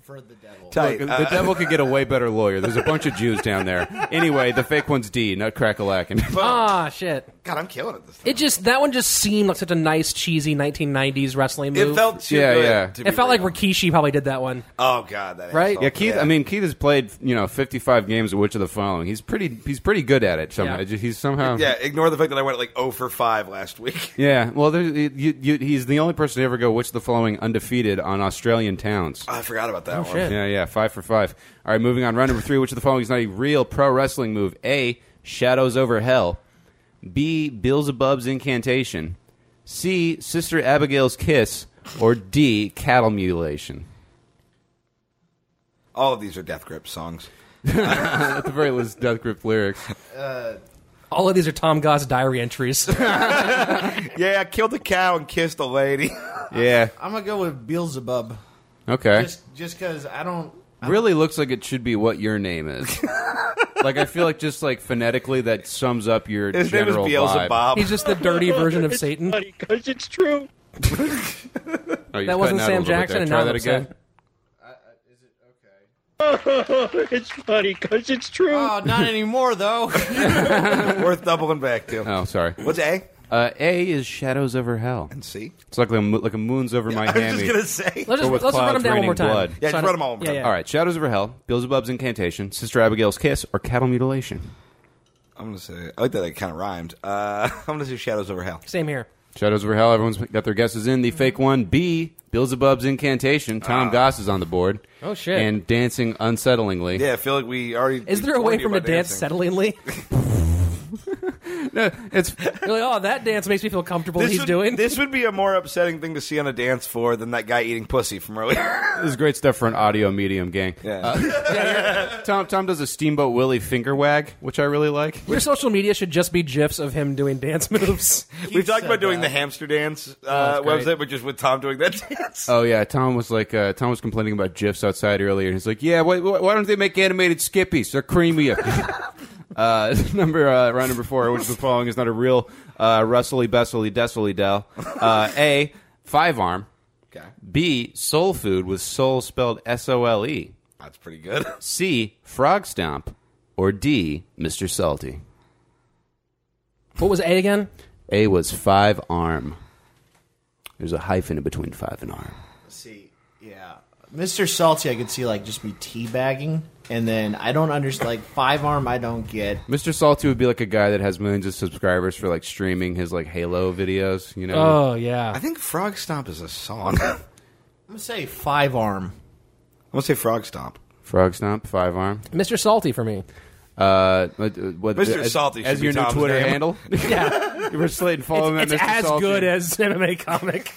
Speaker 2: for the devil.
Speaker 1: Tight.
Speaker 3: look,
Speaker 1: Uh,
Speaker 3: the devil could get a way better lawyer. There's a bunch of Jews down there. Anyway, the fake one's D. Nutcrackalackin.
Speaker 5: Ah, shit.
Speaker 1: God, I'm killing it this time.
Speaker 5: It just that one just seemed like such a nice cheesy 1990s wrestling
Speaker 1: It,
Speaker 5: move.
Speaker 1: felt too
Speaker 3: Yeah,
Speaker 1: good
Speaker 3: yeah.
Speaker 1: to
Speaker 5: It
Speaker 1: be
Speaker 5: felt like
Speaker 1: real.
Speaker 5: Rikishi probably did that one.
Speaker 1: Oh God, that
Speaker 5: Right?
Speaker 1: asshole.
Speaker 3: Yeah, Keith. I mean, Keith has played you know 55 games of which of the following. He's pretty. He's pretty good at it. Somehow.
Speaker 5: Yeah.
Speaker 3: He's somehow.
Speaker 1: yeah. Ignore the fact that I went like 0 for five last week.
Speaker 3: Yeah, well, there, you, you, he's the only person to ever go which of the following undefeated on Australian towns.
Speaker 1: I forgot about that one.
Speaker 5: shit.
Speaker 3: Yeah, yeah, five for five. All right, moving on. Round number three. Which of the following is not a real pro wrestling move? A. Shadows over Hell. B. Beelzebub's incantation. C. Sister Abigail's kiss. Or D. Cattle mutilation.
Speaker 1: All of these are Death Grip songs.
Speaker 3: At the very least, Death Grip lyrics.
Speaker 5: All of these are Tom Goss diary entries.
Speaker 1: Yeah, I killed a cow and kissed a lady.
Speaker 3: Yeah.
Speaker 2: I'm gonna go with Beelzebub.
Speaker 3: Okay.
Speaker 2: Just just because I don't.
Speaker 3: really looks like it should be what your name is. like I feel like just like phonetically that sums up your
Speaker 1: His name is
Speaker 3: general vibe.
Speaker 1: Beelzebub.
Speaker 5: He's just the dirty version of Satan.
Speaker 8: Because it's true.
Speaker 3: Oh, you're
Speaker 5: That wasn't
Speaker 3: cutting out a little bit there.
Speaker 5: Sam Jackson, and
Speaker 3: Try
Speaker 5: now I'm
Speaker 3: that again.
Speaker 5: upset.
Speaker 8: it's funny because it's true.
Speaker 2: Oh, not anymore though.
Speaker 1: Worth doubling back to.
Speaker 3: Oh, sorry.
Speaker 1: What's A
Speaker 3: Uh, a is shadows over hell.
Speaker 1: and C?
Speaker 3: It's like a mo- like a moon's over my
Speaker 1: I was
Speaker 3: hammy.
Speaker 1: just gonna say.
Speaker 5: Let's just
Speaker 3: with
Speaker 5: let's just run
Speaker 3: clouds
Speaker 5: them down one more
Speaker 3: raining
Speaker 5: time.
Speaker 3: blood.
Speaker 1: Yeah,
Speaker 5: So
Speaker 1: just
Speaker 5: I
Speaker 1: run
Speaker 5: don't-
Speaker 1: them all one more
Speaker 5: yeah,
Speaker 1: time.
Speaker 5: yeah.
Speaker 3: All right, shadows over hell, Beelzebub's incantation, Sister Abigail's kiss, or cattle mutilation.
Speaker 1: I'm gonna say. I like that. It kind of rhymed. Uh, I'm gonna say Shadows Over Hell.
Speaker 5: Same here.
Speaker 3: Shadows over hell. Everyone's got their guesses in. The fake one, B, Beelzebub's incantation.
Speaker 1: Ah.
Speaker 3: Tom Goss is on the board.
Speaker 5: Oh, shit.
Speaker 3: And dancing unsettlingly.
Speaker 1: Yeah, I feel like we already.
Speaker 5: Is there a way for him to dance settlingly?
Speaker 3: No, it's
Speaker 5: You're like, oh, that dance makes me feel comfortable.
Speaker 1: This
Speaker 5: he's
Speaker 1: would,
Speaker 5: doing
Speaker 1: This would be a more upsetting thing to see on a dance floor than that guy eating pussy from earlier.
Speaker 3: This is great stuff for an audio medium, gang.
Speaker 1: Yeah.
Speaker 3: Tom Tom does a Steamboat Willie finger wag, which I really like.
Speaker 5: Your social media should just be gifs of him doing dance moves.
Speaker 1: We've talked
Speaker 2: said
Speaker 1: about doing
Speaker 2: that.
Speaker 1: the hamster dance uh,
Speaker 5: great.
Speaker 1: website, which is with Tom doing that dance.
Speaker 3: Oh yeah, Tom was like uh, Tom was complaining about gifs outside earlier, and he's like, "Yeah, why, why why don't they make animated Skippies? They're creamier." uh, number uh, round number four, which is the following is not a real uh, Russely Bessely Dessely Dell. Uh, a five arm.
Speaker 1: Okay.
Speaker 3: B soul food with soul spelled S O L E.
Speaker 1: That's pretty good.
Speaker 3: C frog stomp, or D Mr Salty.
Speaker 5: What was A again?
Speaker 3: A was five arm. There's a hyphen in between five and arm.
Speaker 2: see, yeah, Mr. Salty, I could see like just be teabagging, and then I don't understand like five arm. I don't get.
Speaker 3: Mr. Salty would be like a guy that has millions of subscribers for like streaming his like Halo videos, you know.
Speaker 5: Oh yeah.
Speaker 1: I think Frog Stomp is a song. I'm
Speaker 2: I'm gonna say five arm.
Speaker 1: gonna say Frog Stomp.
Speaker 3: Frog Stomp, Five Arm.
Speaker 5: Mr. Salty for me.
Speaker 3: Uh, what- what-
Speaker 1: Mr.
Speaker 3: As,
Speaker 1: Salty should
Speaker 3: as
Speaker 1: be
Speaker 3: your new
Speaker 1: Tom's
Speaker 3: Twitter
Speaker 1: name.
Speaker 3: handle.
Speaker 5: Yeah.
Speaker 3: Rich Slade, follow him at
Speaker 5: it's, It's
Speaker 3: Mr.
Speaker 5: as
Speaker 3: Oh, Salty.
Speaker 5: good as MMA comic.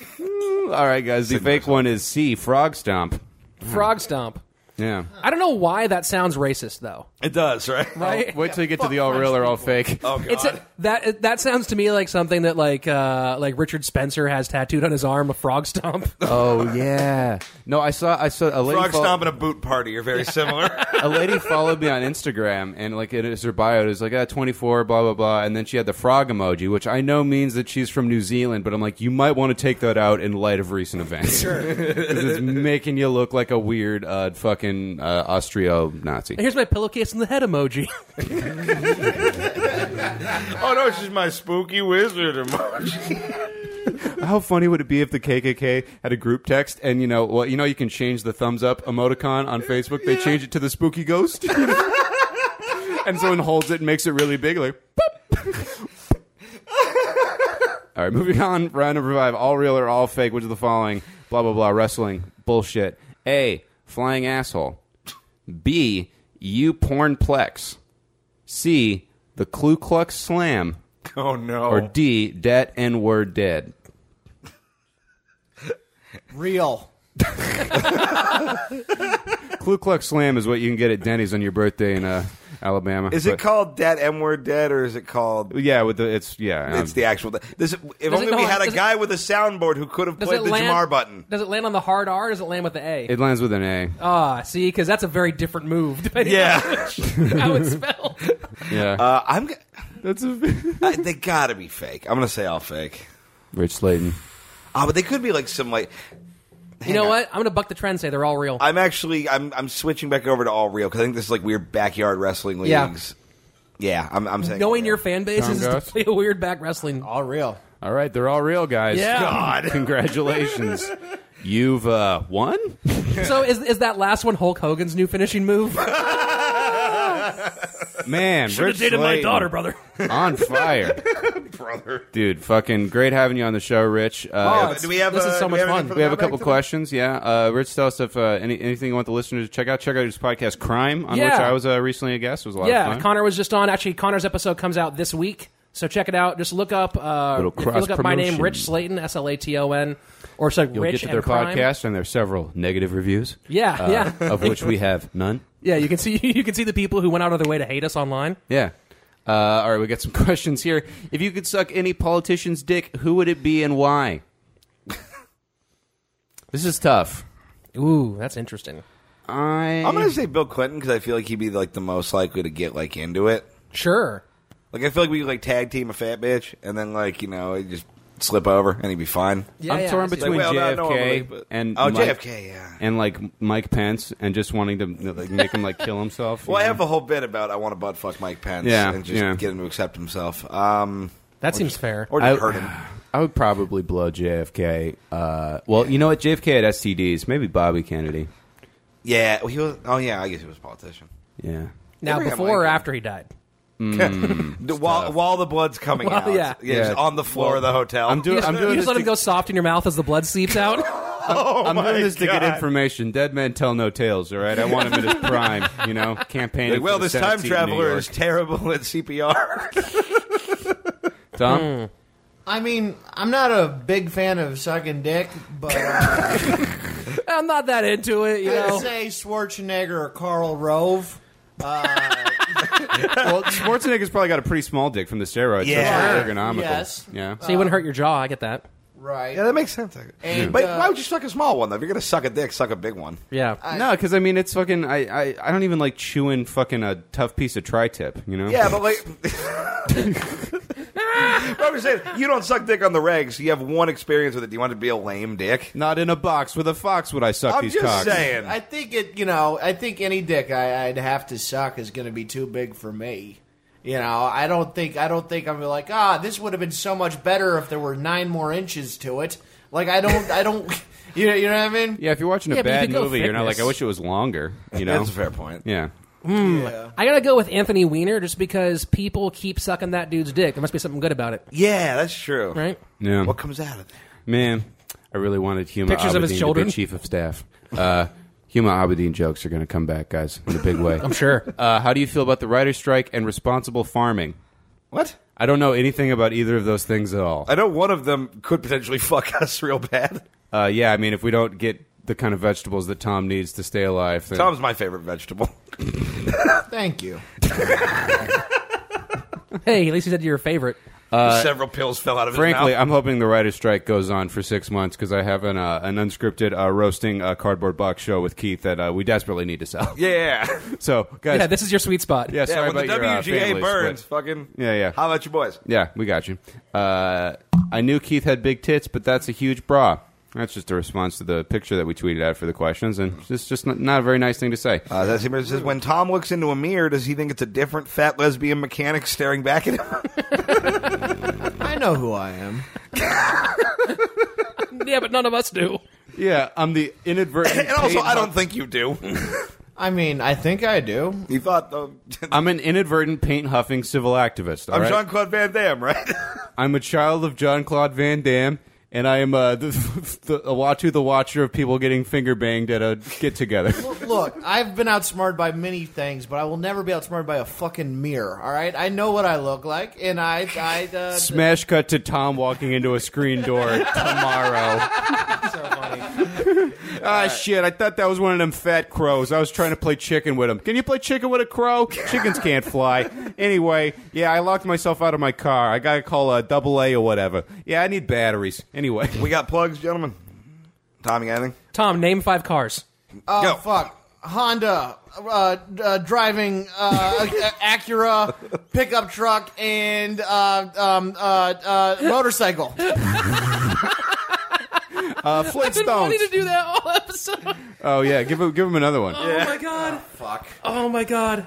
Speaker 3: All right, guys. The fake one is C. Frog stomp.
Speaker 5: Frog stomp.
Speaker 3: Yeah.
Speaker 5: I don't know why that sounds racist though.
Speaker 1: It does, right?
Speaker 5: Right?
Speaker 3: Wait till you get to the all real or all fake.
Speaker 1: Oh, God.
Speaker 5: It's a, that that sounds to me like something that like uh, like Richard Spencer has tattooed on his arm a frog stomp.
Speaker 3: Oh yeah. No, I saw I saw a lady
Speaker 1: Frog
Speaker 3: fol-
Speaker 1: stomp and a boot party are very similar.
Speaker 3: a lady followed me on Instagram and like it is her bio. It was like ah, 24, blah blah blah, and then she had the frog emoji, which I know means that she's from New Zealand. But I'm like, you might want to take that out in light of recent events. Sure, it's making you look like a weird uh, fucking uh, Austro Nazi.
Speaker 5: Here's my pillowcase and the head emoji.
Speaker 1: oh no, she's my spooky wizard emoji.
Speaker 3: How funny would it be if the KKK had a group text and you know, well, you know, you can change the thumbs up emoticon on Facebook. They change it to the spooky ghost, and someone holds it and makes it really big, like. boop. all right, moving on. Round of revive. All real or all fake? Which of the following? Blah blah blah. Wrestling bullshit. A. Flying asshole. B. You pornplex. C. The Ku Klux Slam.
Speaker 1: Oh no.
Speaker 3: Or D. Dat N word dead.
Speaker 2: Real.
Speaker 3: Ku Klux Slam is what you can get at Denny's on your birthday in uh, Alabama.
Speaker 1: is it
Speaker 3: But-
Speaker 1: called Dead M Word Dead or is it called
Speaker 3: Yeah, with the it's yeah.
Speaker 1: It's
Speaker 3: um,
Speaker 1: the actual. This, if only
Speaker 5: no,
Speaker 1: we had a
Speaker 5: does it-
Speaker 1: guy with a soundboard who could have
Speaker 5: Does
Speaker 1: played
Speaker 5: it
Speaker 1: the
Speaker 5: land,
Speaker 1: Jamar button.
Speaker 5: Does it land on the hard R? Or does it land with the A?
Speaker 3: it lands with an A.
Speaker 5: Ah, see, because that's a very different move. Depending
Speaker 1: Yeah.
Speaker 5: on how it's spelled.
Speaker 3: yeah,
Speaker 1: Uh, I'm. g-
Speaker 3: that's a
Speaker 1: I, they gotta be fake. I'm gonna say all fake.
Speaker 3: Rich Slayton.
Speaker 1: Ah, but they could be like some like.
Speaker 5: You know
Speaker 1: on.
Speaker 5: what? I'm gonna buck the trend. and Say they're all real.
Speaker 1: I'm actually. I'm. I'm switching back over to all real because I think this is like weird backyard wrestling
Speaker 5: Yeah.
Speaker 1: leagues. Yeah, I'm. I'm saying
Speaker 5: Knowing
Speaker 1: all
Speaker 5: your
Speaker 1: real.
Speaker 5: fan base
Speaker 3: Tom
Speaker 5: is
Speaker 3: Goss?
Speaker 5: a weird back wrestling.
Speaker 2: All real.
Speaker 3: All right, they're all real guys.
Speaker 5: Yeah.
Speaker 3: God, congratulations. You've uh, won.
Speaker 5: so is is that last one Hulk Hogan's new finishing move?
Speaker 3: Man, Rich
Speaker 5: dated my
Speaker 3: Slayton
Speaker 5: daughter, brother.
Speaker 3: on fire, brother. Dude, fucking great having you on the show, Rich. Uh,
Speaker 1: Do we have?
Speaker 5: This is
Speaker 1: uh,
Speaker 5: so
Speaker 1: do
Speaker 5: much
Speaker 1: we have
Speaker 5: fun.
Speaker 1: anything for the
Speaker 3: we have a
Speaker 1: mailbag
Speaker 3: couple
Speaker 1: today?
Speaker 3: questions. Yeah, uh, Rich, tell us if uh, any, anything you want the listeners to check out. Check out his podcast, Crime, on which
Speaker 5: Yeah.
Speaker 3: I was uh, recently a guest. It was a lot of
Speaker 5: yeah,
Speaker 3: fun.
Speaker 5: Connor was just on. Actually, Connor's episode comes out this week, so check it out. Just look up uh,
Speaker 3: Little
Speaker 5: if you look up my name,
Speaker 3: cross-promotion.
Speaker 5: Rich Slayton, S L A T O N, or it's like
Speaker 3: You'll get
Speaker 5: Rich
Speaker 3: to their
Speaker 5: and Crime.
Speaker 3: podcast, and there are several negative reviews.
Speaker 5: Yeah,
Speaker 3: uh,
Speaker 5: yeah.
Speaker 3: of which we have none.
Speaker 5: Yeah, you can see you can see the people who went out of their way to hate us online.
Speaker 3: Yeah. Uh, all right, we got some questions here. If you could suck any politician's dick, who would it be and why? this is tough.
Speaker 5: Ooh, that's interesting.
Speaker 3: I
Speaker 1: I'm gonna say Bill Clinton because I feel like he'd be like the most likely to get like into it.
Speaker 5: Sure.
Speaker 1: Like I feel like we could like tag team a fat bitch and then like you know it'd just slip over and he'd be fine.
Speaker 5: Yeah,
Speaker 3: I'm
Speaker 5: yeah, I
Speaker 3: torn
Speaker 5: see.
Speaker 3: between
Speaker 1: Like, well,
Speaker 3: JFK
Speaker 1: no, no, really, but-
Speaker 3: and
Speaker 1: Oh,
Speaker 3: Mike,
Speaker 1: JFK, yeah.
Speaker 3: and like Mike Pence, and just wanting to like make him like kill himself.
Speaker 1: Well, I
Speaker 3: you
Speaker 1: have
Speaker 3: know?
Speaker 1: a whole bit about I want to butt fuck Mike Pence
Speaker 3: Yeah,
Speaker 1: and just
Speaker 3: yeah.
Speaker 1: get him to accept himself. Um,
Speaker 5: that seems fair.
Speaker 1: or
Speaker 3: I-
Speaker 1: just hurt him.
Speaker 3: I would probably blow JFK. Uh, well, you know what? JFK had STDs. Maybe Bobby Kennedy.
Speaker 1: Yeah, well, he was. Oh yeah, I guess he was a politician.
Speaker 3: Yeah.
Speaker 5: now,
Speaker 1: Abraham
Speaker 5: before or
Speaker 1: Lincoln.
Speaker 5: after he died?
Speaker 1: The- while while the blood's coming
Speaker 5: Well,
Speaker 1: out,
Speaker 5: yeah.
Speaker 1: just
Speaker 3: Yeah.
Speaker 1: on the floor of the hotel.
Speaker 3: I'm doing. I'm
Speaker 5: you
Speaker 3: doing
Speaker 5: just
Speaker 3: this
Speaker 5: let
Speaker 3: to
Speaker 5: him go soft in your mouth as the blood seeps out.
Speaker 3: I'm doing this to get
Speaker 1: God.
Speaker 3: information. Dead men tell no tales. All right, I want him at his prime. You know, campaigning.
Speaker 1: Like, well,
Speaker 3: for the
Speaker 1: this
Speaker 3: Senate
Speaker 1: time
Speaker 3: seat in New
Speaker 1: traveler
Speaker 3: York.
Speaker 1: is terrible at CPR.
Speaker 3: Tom.
Speaker 5: Hmm.
Speaker 2: I mean, I'm not a big fan of sucking dick, but uh,
Speaker 5: I'm not that into it, you
Speaker 2: I'd
Speaker 5: know.
Speaker 2: say Schwarzenegger or Carl Rove.
Speaker 3: Well, Schwarzenegger's probably got a pretty small dick from the steroids.
Speaker 1: Yeah.
Speaker 3: so it's ergonomical.
Speaker 2: Yes.
Speaker 3: Yeah.
Speaker 5: So you wouldn't hurt your jaw. I get that.
Speaker 2: Right.
Speaker 1: yeah, that makes sense.
Speaker 2: And,
Speaker 1: but
Speaker 2: uh,
Speaker 1: why would you suck a small one though? If you're gonna suck a dick, suck a big one.
Speaker 5: Yeah.
Speaker 3: Uh, no, because I mean, it's fucking. I, I I don't even like chewing fucking a tough piece of tri-tip. You know.
Speaker 1: Yeah, but like. But I'm just saying, you don't suck dick on the regs. You have one experience with it. Do you want it to be a lame dick?
Speaker 3: Not in a box with a fox would I suck
Speaker 1: I'm
Speaker 3: these
Speaker 1: just
Speaker 3: cocks.
Speaker 1: saying.
Speaker 2: I think it, you know, I think any dick I, I'd have to suck is going to be too big for me. You know, I don't think I don't think I'm like ah, this would have been so much better if there were nine more inches to it. Like I don't, I don't, you know, you know what I mean?
Speaker 3: Yeah, if you're watching a
Speaker 5: Yeah, but you
Speaker 3: bad
Speaker 5: could go
Speaker 3: movie, you're not like,
Speaker 5: fitness.
Speaker 3: I wish it was longer. You know.
Speaker 1: That's a fair point.
Speaker 3: Yeah.
Speaker 5: I gotta go with Anthony Weiner just because people keep sucking that dude's dick. There must be something good about it,
Speaker 1: Yeah, that's true.
Speaker 5: right?
Speaker 3: Yeah.
Speaker 1: What comes out of there?
Speaker 3: Man, I really wanted Huma
Speaker 5: Pictures of his
Speaker 3: Abedin to
Speaker 5: children?
Speaker 3: be chief of staff. Uh, Huma Abedin jokes are going to come back, guys, in a big way.
Speaker 5: I'm sure.
Speaker 3: Uh, how do you feel about the writer's strike and responsible farming?
Speaker 1: What?
Speaker 3: I don't know anything about either of those things at all.
Speaker 1: I know one of them could potentially fuck us real bad.
Speaker 3: Uh, yeah, I mean, if we don't get the kind of vegetables that Tom needs to stay alive, then
Speaker 1: Tom's my favorite vegetable.
Speaker 2: Thank you.
Speaker 5: Hey, at least you said you're a favorite.
Speaker 1: Several pills fell out of
Speaker 3: Uh, Frankly,
Speaker 1: his mouth.
Speaker 3: I'm hoping the writer's strike goes on for six months because I have an, uh, an unscripted uh, roasting uh, cardboard box show with Keith that uh, we desperately need to sell.
Speaker 1: yeah.
Speaker 3: So, guys,
Speaker 5: Yeah, this is your sweet spot.
Speaker 3: yeah, sorry
Speaker 1: yeah, when the
Speaker 3: about your,
Speaker 1: WGA
Speaker 3: uh, families,
Speaker 1: burns,
Speaker 3: but-
Speaker 1: fucking.
Speaker 3: Yeah, yeah.
Speaker 1: How about you boys?
Speaker 3: yeah, we got you. Uh, I knew Keith had big tits, but that's a huge bra. That's just a response to the picture that we tweeted out for the questions, and it's just not, not a very nice thing to say.
Speaker 1: Uh, that's it says, when Tom looks into a mirror, does he think it's a different fat lesbian mechanic staring back at him?
Speaker 2: I know who I am.
Speaker 5: Yeah, but none of us do.
Speaker 3: Yeah, I'm the inadvertent.
Speaker 1: and also, I don't think you do.
Speaker 2: I mean, I think I do.
Speaker 1: you thought, um,
Speaker 3: I'm an inadvertent paint huffing civil activist. all
Speaker 1: I'm
Speaker 3: right?
Speaker 1: Jean Claude Van Damme, right?
Speaker 3: I'm a child of John Claude Van Damme, and I am uh, the, the, the Watu the Watcher of people getting finger banged at a get together.
Speaker 2: Look, I've been outsmarted by many things, but I will never be outsmarted by a fucking mirror. All right, I know what I look like, and I, I, uh,
Speaker 3: Smash cut to Tom walking into a screen door tomorrow. Ah, shit. I thought that was one of them fat crows. I was trying to play chicken with him. Can you play chicken with a crow? Chickens can't fly. Anyway, yeah, I locked myself out of my car. I got to call a double A or whatever. Yeah, I need batteries. Anyway.
Speaker 1: we got plugs, gentlemen. Tommy, got anything?
Speaker 5: Tom, name five cars.
Speaker 2: Oh
Speaker 1: Go.
Speaker 2: fuck, Honda, uh, uh, driving uh, Acura pickup truck and uh, um, uh, uh, motorcycle.
Speaker 3: Uh,
Speaker 5: Been wanting to
Speaker 3: Flintstones.
Speaker 5: do that all episode.
Speaker 3: Oh, yeah. Give him, give him another one.
Speaker 5: Oh my god. fuck. Oh my god.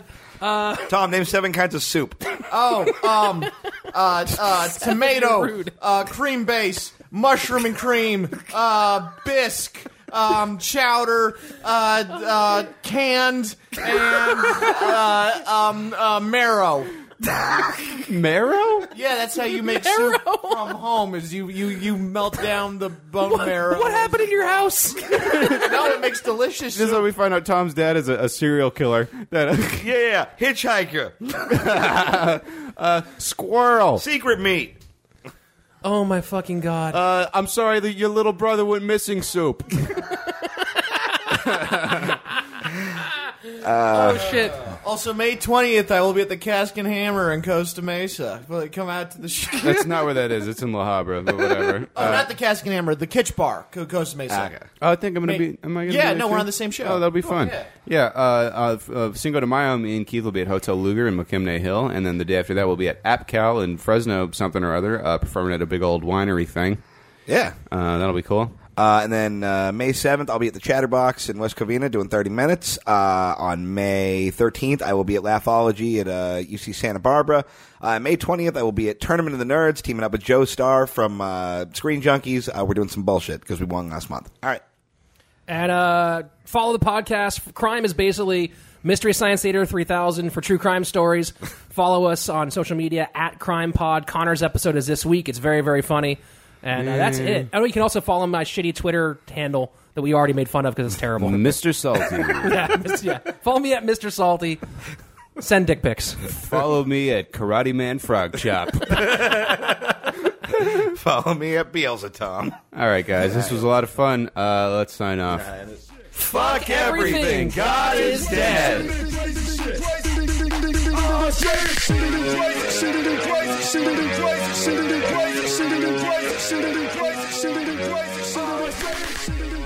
Speaker 1: Tom, name seven kinds of soup.
Speaker 2: Oh, um, uh, uh, tomato,
Speaker 5: rude.
Speaker 2: uh, cream base, mushroom and cream, uh, bisque. Um, chowder, uh, uh, canned, and uh, um, uh, marrow.
Speaker 3: Marrow?
Speaker 2: Yeah, that's how you make soup from home. Is you you you melt down the bone marrow.
Speaker 5: What happened in your house?
Speaker 2: No, it makes delicious
Speaker 3: This is
Speaker 2: soup.
Speaker 3: how we find out Tom's dad is a, a serial killer. That uh,
Speaker 1: Yeah, hitchhiker,
Speaker 3: squirrel.
Speaker 1: secret meat.
Speaker 5: oh my fucking god.
Speaker 3: Uh, I'm sorry that your little brother went missing. Soup.
Speaker 5: oh shit.
Speaker 2: Also, May 20th, I will be at the Cask and Hammer in Costa Mesa. Will it come out to the show?
Speaker 3: That's not where that is. It's in La Habra, but whatever.
Speaker 2: oh, not the Cask and Hammer, the Kitch Bar, Co- Costa Mesa.
Speaker 3: Oh, I think I'm
Speaker 2: May-
Speaker 3: gonna be. Am I gonna
Speaker 2: Yeah,
Speaker 3: be there
Speaker 2: no, we're
Speaker 3: too?
Speaker 2: on the same show.
Speaker 3: Oh, that'll be
Speaker 2: Cool,
Speaker 3: fun.
Speaker 2: yeah.
Speaker 3: yeah, uh, uh, uh, Cinco de Mayo, me and Keith will be at Hotel Luger in McKimney Hill, and then the day after that, we'll be at AppCal in Fresno, something or other, uh, performing at a big old winery thing.
Speaker 1: Yeah.
Speaker 3: Uh, that'll be cool.
Speaker 1: Uh, and then uh, May 7th, I'll be at the Chatterbox in West Covina doing 30 minutes. Uh, on May 13th, I will be at Laughology at uh, UC Santa Barbara. Uh, May 20th, I will be at Tournament of the Nerds, teaming up with Joe Starr from uh, Screen Junkies. Uh, we're doing some bullshit because we won last month. All right.
Speaker 5: And uh, follow the podcast. Crime is basically Mystery Science Theater 3000 for true crime stories. follow us on social media at Crime Pod. Connor's episode is this week. It's very, very funny. And uh, that's it. Oh, you can also follow my shitty Twitter handle that we already made fun of because it's terrible.
Speaker 3: Mr. Salty,
Speaker 5: yeah, mis- yeah. Follow me at Mr. Salty. Send dick pics.
Speaker 3: follow me at Karate Man Frog Chop.
Speaker 1: Follow me at Beelzetom.
Speaker 3: All right, guys, this was a lot of fun. Uh, let's sign off.
Speaker 1: Fuck
Speaker 5: everything.
Speaker 1: God is dead.
Speaker 7: Shit, it is crazy. Shit, it is crazy. Shit, it is crazy. Shit, it is crazy. Shit, it is crazy. Shit, it is crazy. Shit, it is crazy.